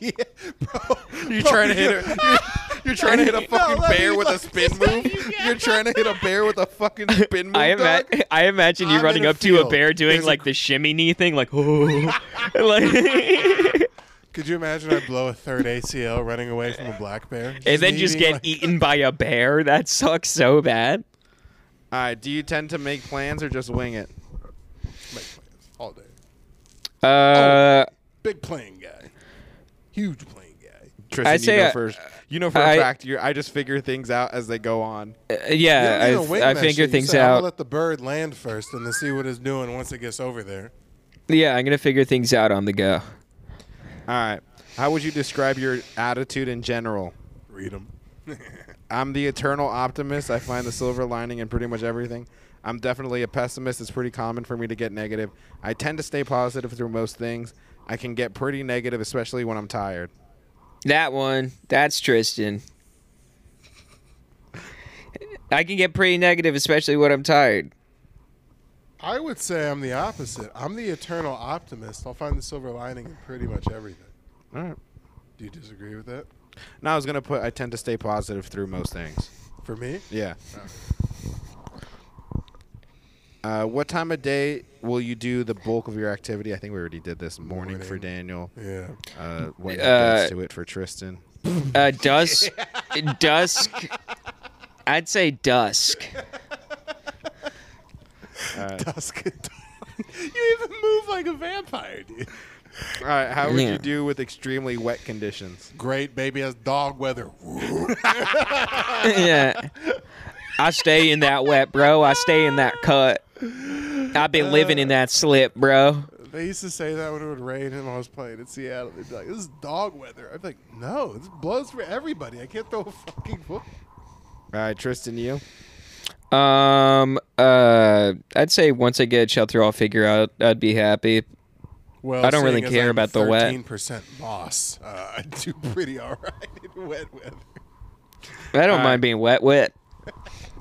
Speaker 1: bro.
Speaker 3: You're trying to hit a you're, <laughs> you're trying to hit <laughs> a fucking
Speaker 1: let
Speaker 3: bear
Speaker 1: me
Speaker 3: with a
Speaker 1: look.
Speaker 3: spin move. You're trying to hit <laughs> a bear with a fucking spin move.
Speaker 2: I, ima-
Speaker 3: dog?
Speaker 2: <laughs> I imagine you
Speaker 1: I'm
Speaker 2: running
Speaker 1: in a
Speaker 2: up to a
Speaker 1: field.
Speaker 2: bear doing
Speaker 1: There's a
Speaker 2: like the shimmy knee thing, like <laughs> oh,
Speaker 1: <laughs>
Speaker 2: like,
Speaker 1: <laughs> Could you imagine I blow a third ACL running away from a black bear?
Speaker 2: and then
Speaker 1: me
Speaker 2: just
Speaker 1: being
Speaker 2: get
Speaker 1: like,
Speaker 2: eaten by a bear. That sucks so bad.
Speaker 3: All right, do you tend to make plans or just wing it?
Speaker 1: Make plans all day. Oh.
Speaker 2: Uh,
Speaker 1: Big plane guy. Huge plane guy.
Speaker 3: Tristan,
Speaker 2: say
Speaker 3: you know
Speaker 2: I-
Speaker 3: first. You know for
Speaker 2: I-
Speaker 3: a fact. You're, I just figure things out as they go on.
Speaker 2: yeah, I,
Speaker 1: You don't even
Speaker 2: f-
Speaker 1: wing
Speaker 2: I
Speaker 1: that
Speaker 2: figure
Speaker 1: shit. You
Speaker 2: things
Speaker 1: say, I'm gonna
Speaker 2: out.
Speaker 1: let the bird land first and then see what it's doing once it gets over there.
Speaker 2: Yeah, I'm gonna figure things out on the go.
Speaker 3: All right, how would you describe your attitude in general?
Speaker 1: Read them.
Speaker 3: I'm the eternal optimist. I find the silver lining in pretty much everything. I'm definitely a pessimist. It's pretty common for me to get negative. I tend to stay positive through most things. I can get pretty negative, especially when I'm tired.
Speaker 2: That one, that's Tristan. I can get pretty negative, especially when I'm tired.
Speaker 1: I would say I'm the opposite. I'm the eternal optimist. I'll find the silver lining in pretty much everything.
Speaker 3: All right.
Speaker 1: Do you disagree with that?
Speaker 3: No, I was gonna put. I tend to stay positive through most things.
Speaker 1: For me?
Speaker 3: Yeah. Uh, what time of day will you do the bulk of your activity? I think we already did this. Morning, for Daniel.
Speaker 1: Yeah. <laughs>
Speaker 3: Uh, when
Speaker 2: Uh,
Speaker 3: to it for Tristan.
Speaker 1: <laughs>
Speaker 2: Uh, dusk, dusk. I'd say dusk.
Speaker 1: Dusk and dawn. You even move like a vampire, dude.
Speaker 3: All right. How would
Speaker 2: Yeah.
Speaker 3: you do with extremely wet conditions?
Speaker 1: Great baby as dog weather.
Speaker 2: yeah. I stay in that wet, bro. I stay in that cut. I've been living in that slip, bro.
Speaker 1: <laughs> They used to say that when it would rain and I was playing in Seattle. They'd be like, this is dog weather. I'd be like, no, this blows for everybody. I can't throw a fucking foot.
Speaker 3: All right, Tristan, you.
Speaker 2: Um, uh, I'd say once I get shelter, I'll figure out. I'd be happy.
Speaker 1: Well,
Speaker 2: I don't really
Speaker 1: seeing as
Speaker 2: care
Speaker 1: I'm
Speaker 2: about the wet.
Speaker 1: 13% boss. <laughs> Uh, I do pretty all right in wet weather.
Speaker 2: I don't
Speaker 3: Alright.
Speaker 2: mind being wet, wet.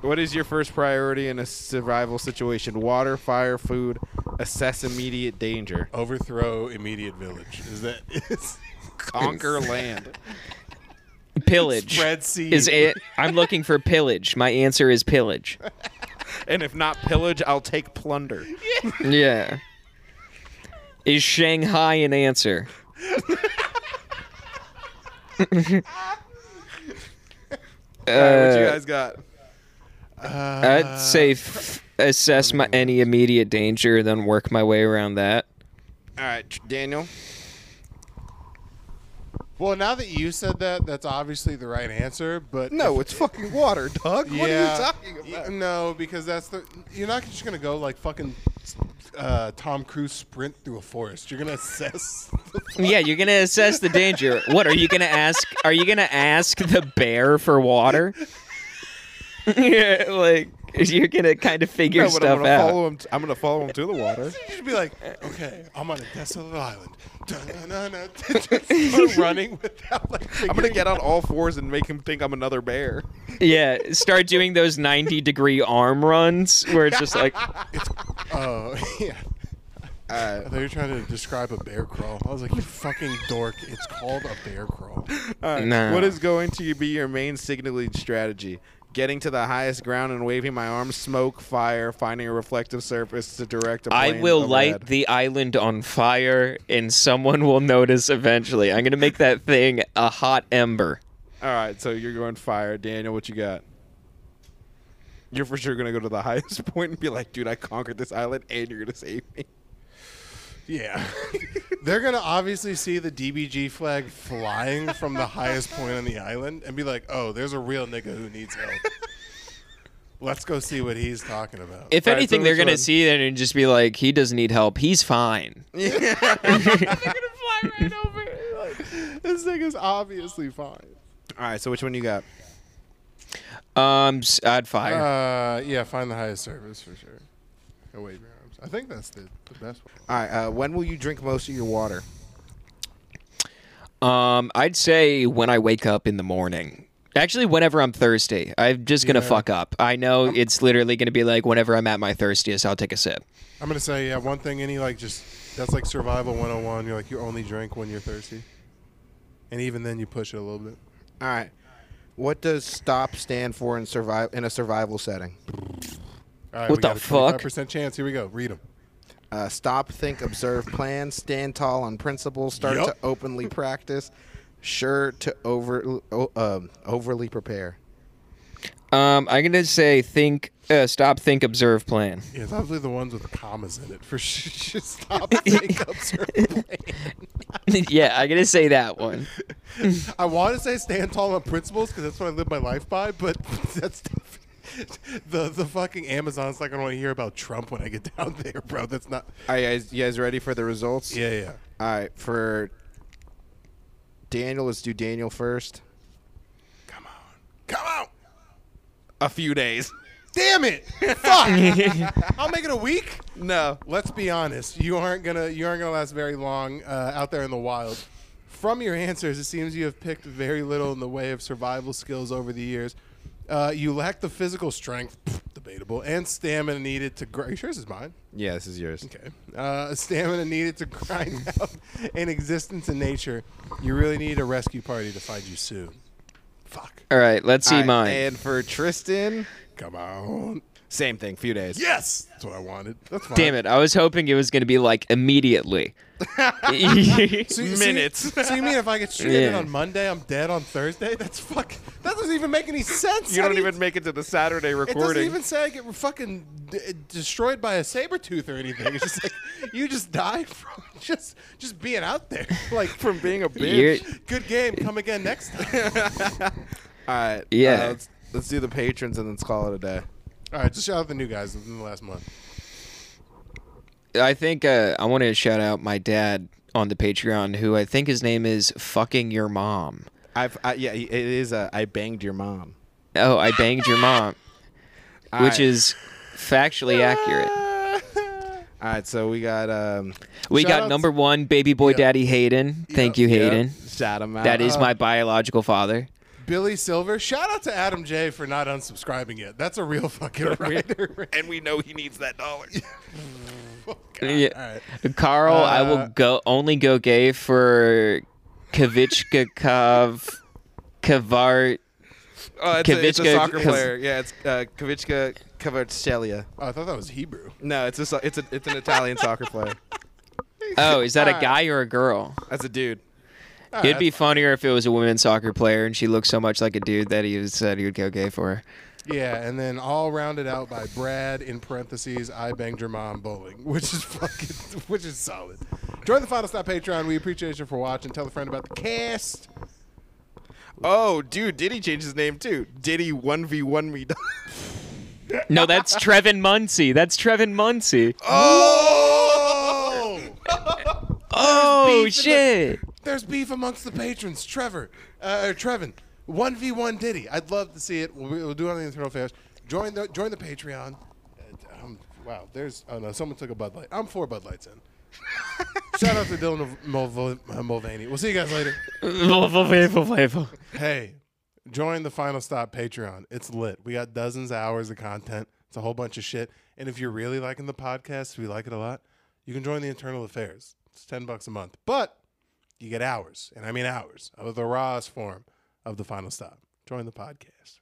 Speaker 3: What is your first priority in a survival situation? Water, fire, food, assess immediate danger,
Speaker 1: Overthrow immediate village. Is that? Is,
Speaker 2: <laughs>
Speaker 3: conquer land.
Speaker 2: Pillage.
Speaker 1: Spread seed.
Speaker 2: Is it? I'm looking for pillage. My answer is pillage.
Speaker 3: And if not pillage, I'll take plunder.
Speaker 2: Yeah. Is Shanghai an answer?
Speaker 3: All right, what you
Speaker 2: Uh,
Speaker 3: guys got? Uh,
Speaker 2: I'd say f- assess my any immediate danger, then work my way around that.
Speaker 3: All right, Tr- Daniel.
Speaker 1: <laughs> well, now that you said that, that's obviously the right answer. But
Speaker 3: No, it's fucking water, dog. What
Speaker 1: Yeah.
Speaker 3: are you talking about?
Speaker 1: Y- No, because that's the you're not just gonna go like fucking uh, Tom Cruise sprint through a forest. You're gonna assess. <laughs>
Speaker 2: Yeah, you're gonna assess the danger. What are you gonna ask? Are you gonna ask the bear for water? <laughs> yeah, like you're gonna kind of figure
Speaker 3: No, but I'm
Speaker 2: stuff
Speaker 3: gonna
Speaker 2: out.
Speaker 3: follow him. i am I'm gonna follow him to the <laughs> water.
Speaker 1: You should be like, okay, I'm on a desolate island. Dun-dun-dun-dun. Just <laughs> start running without like.
Speaker 3: I'm gonna get on all fours and make him think I'm another bear.
Speaker 2: Yeah, start doing those 90 degree arm runs where it's just
Speaker 3: <laughs>
Speaker 2: like,
Speaker 1: <laughs> Oh yeah.
Speaker 3: All
Speaker 1: I
Speaker 3: right,
Speaker 1: thought you were trying to describe a bear crawl. I was like, you fucking dork. It's called a bear crawl.
Speaker 3: all right.
Speaker 2: No.
Speaker 3: What is going to be your main signaling strategy? Getting to the highest ground and waving my arms, smoke, fire, finding a reflective surface to direct a
Speaker 2: I
Speaker 3: plane
Speaker 2: will
Speaker 3: overhead.
Speaker 2: light the island on fire and someone will notice eventually. I'm gonna make that thing a hot ember.
Speaker 3: All right, so you're going fire, Daniel. What you got? You're for sure gonna go to the <laughs> highest point and be like, "Dude, I conquered this island, and you're gonna save me."
Speaker 1: Yeah. <laughs> They're going to obviously see the DBG flag flying from the highest point on the island and be like, oh, there's a real nigga who needs help. Let's go see what he's talking about.
Speaker 2: If
Speaker 3: All right, so
Speaker 2: anything, they're
Speaker 3: which
Speaker 2: gonna
Speaker 3: one?
Speaker 2: see it and just be like, he doesn't need help. He's fine.
Speaker 1: this nigga's obviously fine.
Speaker 3: All right, so which one you got?
Speaker 2: Um, s- I'd fire.
Speaker 1: Uh, yeah, find the highest service for sure. Go wave your arms. I think that's the, the best one.
Speaker 3: All right, uh, when will you drink most of your water? Uh.
Speaker 2: Um, I'd say when I wake up in the morning. Actually, whenever I'm thirsty, I'm just gonna
Speaker 1: Yeah.
Speaker 2: fuck up. I know it's literally gonna be like whenever I'm at my thirstiest, I'll take a sip.
Speaker 1: I'm going to say, yeah, one thing, any like just, that's like survival 101. You're like, you only drink when you're thirsty. And even then, you push it a little bit.
Speaker 3: All right, what does stop stand for in survive in a survival setting?
Speaker 1: All right,
Speaker 2: What
Speaker 1: we
Speaker 2: the
Speaker 1: got a
Speaker 2: fuck?
Speaker 1: 25% chance. Here we go. Read them.
Speaker 3: Uh, stop, think, observe, plan, stand tall on principles, start
Speaker 1: Yup.
Speaker 3: to openly practice, sure to over o- um, overly prepare.
Speaker 2: Um, I'm gonna say think, uh, stop, think, observe, plan. <laughs>
Speaker 1: Yeah, it's obviously the ones with commas in it. For <laughs> sure. Stop. think, observe, plan.
Speaker 2: yeah, I'm gonna say that one.
Speaker 1: I want to say stand tall on principles because that's what I live my life by, but <laughs> that's the the fucking Amazon's not gonna want to hear about Trump when I get <laughs> down there, bro. That's not.
Speaker 3: All right, guys, you guys ready for the results?
Speaker 1: Yeah, yeah.
Speaker 3: All right, for Daniel, let's do Daniel first.
Speaker 1: Come on, come on.
Speaker 3: A few days. <laughs>
Speaker 1: Damn it! Fuck. I'll make it a week.
Speaker 3: No.
Speaker 1: Let's be honest. You aren't gonna you aren't gonna last very long uh, out there in the wild. From your answers, it seems you have picked very little in the way of survival skills over the years. Uh, you lack the physical strength, debatable, and stamina needed to. Gr- Are you sure this is mine?
Speaker 3: Yeah, this is yours.
Speaker 1: Okay. Uh, stamina needed to grind <laughs> out an existence in nature. You really need a rescue party to find you soon. Fuck.
Speaker 2: All right, let's see
Speaker 3: All right,
Speaker 2: mine.
Speaker 3: And for Tristan,
Speaker 1: Come on.
Speaker 3: same thing, few days.
Speaker 1: Yes, that's what I wanted. That's fine.
Speaker 2: Damn it! I was hoping it was gonna be like
Speaker 3: <laughs>
Speaker 2: immediately. <laughs>
Speaker 1: So you-
Speaker 5: Minutes.
Speaker 1: <laughs> So you, so you mean if I get stranded
Speaker 2: Yeah.
Speaker 1: on Monday, I'm dead on Thursday? That's fuck. That doesn't even make any sense.
Speaker 3: You
Speaker 1: How
Speaker 3: don't
Speaker 1: do
Speaker 3: even make it to the Saturday
Speaker 1: It doesn't
Speaker 3: recording.
Speaker 1: even say I get fucking d- eh, destroyed by a saber tooth or anything. It's just like <laughs> you just die from <laughs> just just being out there. <laughs> Like
Speaker 3: <laughs> from
Speaker 1: <laughs>
Speaker 3: being a bitch.
Speaker 2: You're-
Speaker 1: good game. Come again next time.
Speaker 3: <laughs> All right.
Speaker 2: Yeah.
Speaker 3: uh, let's, let's do the patrons and let's call it a day.
Speaker 1: All right, just shout out the new guys in the last month.
Speaker 2: I think uh, I want to shout out my dad on the Patreon, who I think his name is fucking your mom.
Speaker 3: I've I, yeah, it is. Uh, I banged your mom.
Speaker 2: Oh, I banged your mom, which
Speaker 3: Alright.
Speaker 2: is factually accurate.
Speaker 3: <laughs> Ah, All right, so we got um.
Speaker 2: We
Speaker 1: Shout
Speaker 2: got
Speaker 1: out-
Speaker 2: number one, baby boy,
Speaker 1: Yeah.
Speaker 2: daddy Hayden. Thank you, Hayden.
Speaker 3: Yep, shout 'em out. Oh.
Speaker 2: That is my biological father.
Speaker 1: Billy Silver. Shout out to Adam J for not unsubscribing yet. That's a real
Speaker 3: <laughs>
Speaker 1: fucking writer.
Speaker 5: and we know he needs that dollar.
Speaker 2: Yeah. Carl, I will go only go gay for Kavichkakov Kavart.
Speaker 3: <laughs> Oh, it's, a, it's a
Speaker 2: Kvitschka-
Speaker 3: soccer
Speaker 2: Kav-
Speaker 3: player. Yeah, it's uh, Kvitschka Kvaratskhelia.
Speaker 1: Oh, I thought that was Hebrew.
Speaker 3: No, it's a, so- it's a, it's an Italian soccer player.
Speaker 2: Oh, is that a guy or a girl?
Speaker 3: That's a dude.
Speaker 2: It'd be funnier if it was a women's soccer player and she looked so much like a dude that he was, said he would go gay for her.
Speaker 1: Yeah, and then all rounded out by Brad in parentheses, I banged your mom bowling, which is fucking, which is solid. Join the Final Stop Patreon. We appreciate you for watching. Tell a friend about the cast.
Speaker 3: Oh, dude, Diddy changed his name too. Diddy one v one me. <laughs>
Speaker 2: No, that's Trevin Muncie. That's Trevin Muncie.
Speaker 1: Oh,
Speaker 2: <laughs> Oh, <laughs> shit.
Speaker 1: there's beef amongst the patrons. Trevor, uh, or Trevin, one v one Diddy. I'd love to see it. We'll, we'll do it on the internal affairs. Join the join the Patreon. Uh, Um, wow, there's oh no, someone took a Bud Light. I'm four Bud Lights in. <laughs> Shout out to Dylan Mulv- Mulvaney. We'll see you guys later. hey, join the Final Stop Patreon. It's lit. We got dozens of hours of content. It's a whole bunch of shit. And if you're really liking the podcast, we like it a lot, you can join the Internal Affairs. It's 10 bucks a month. But you get hours, and I mean hours, of the rawest form of the Final Stop. Join the podcast.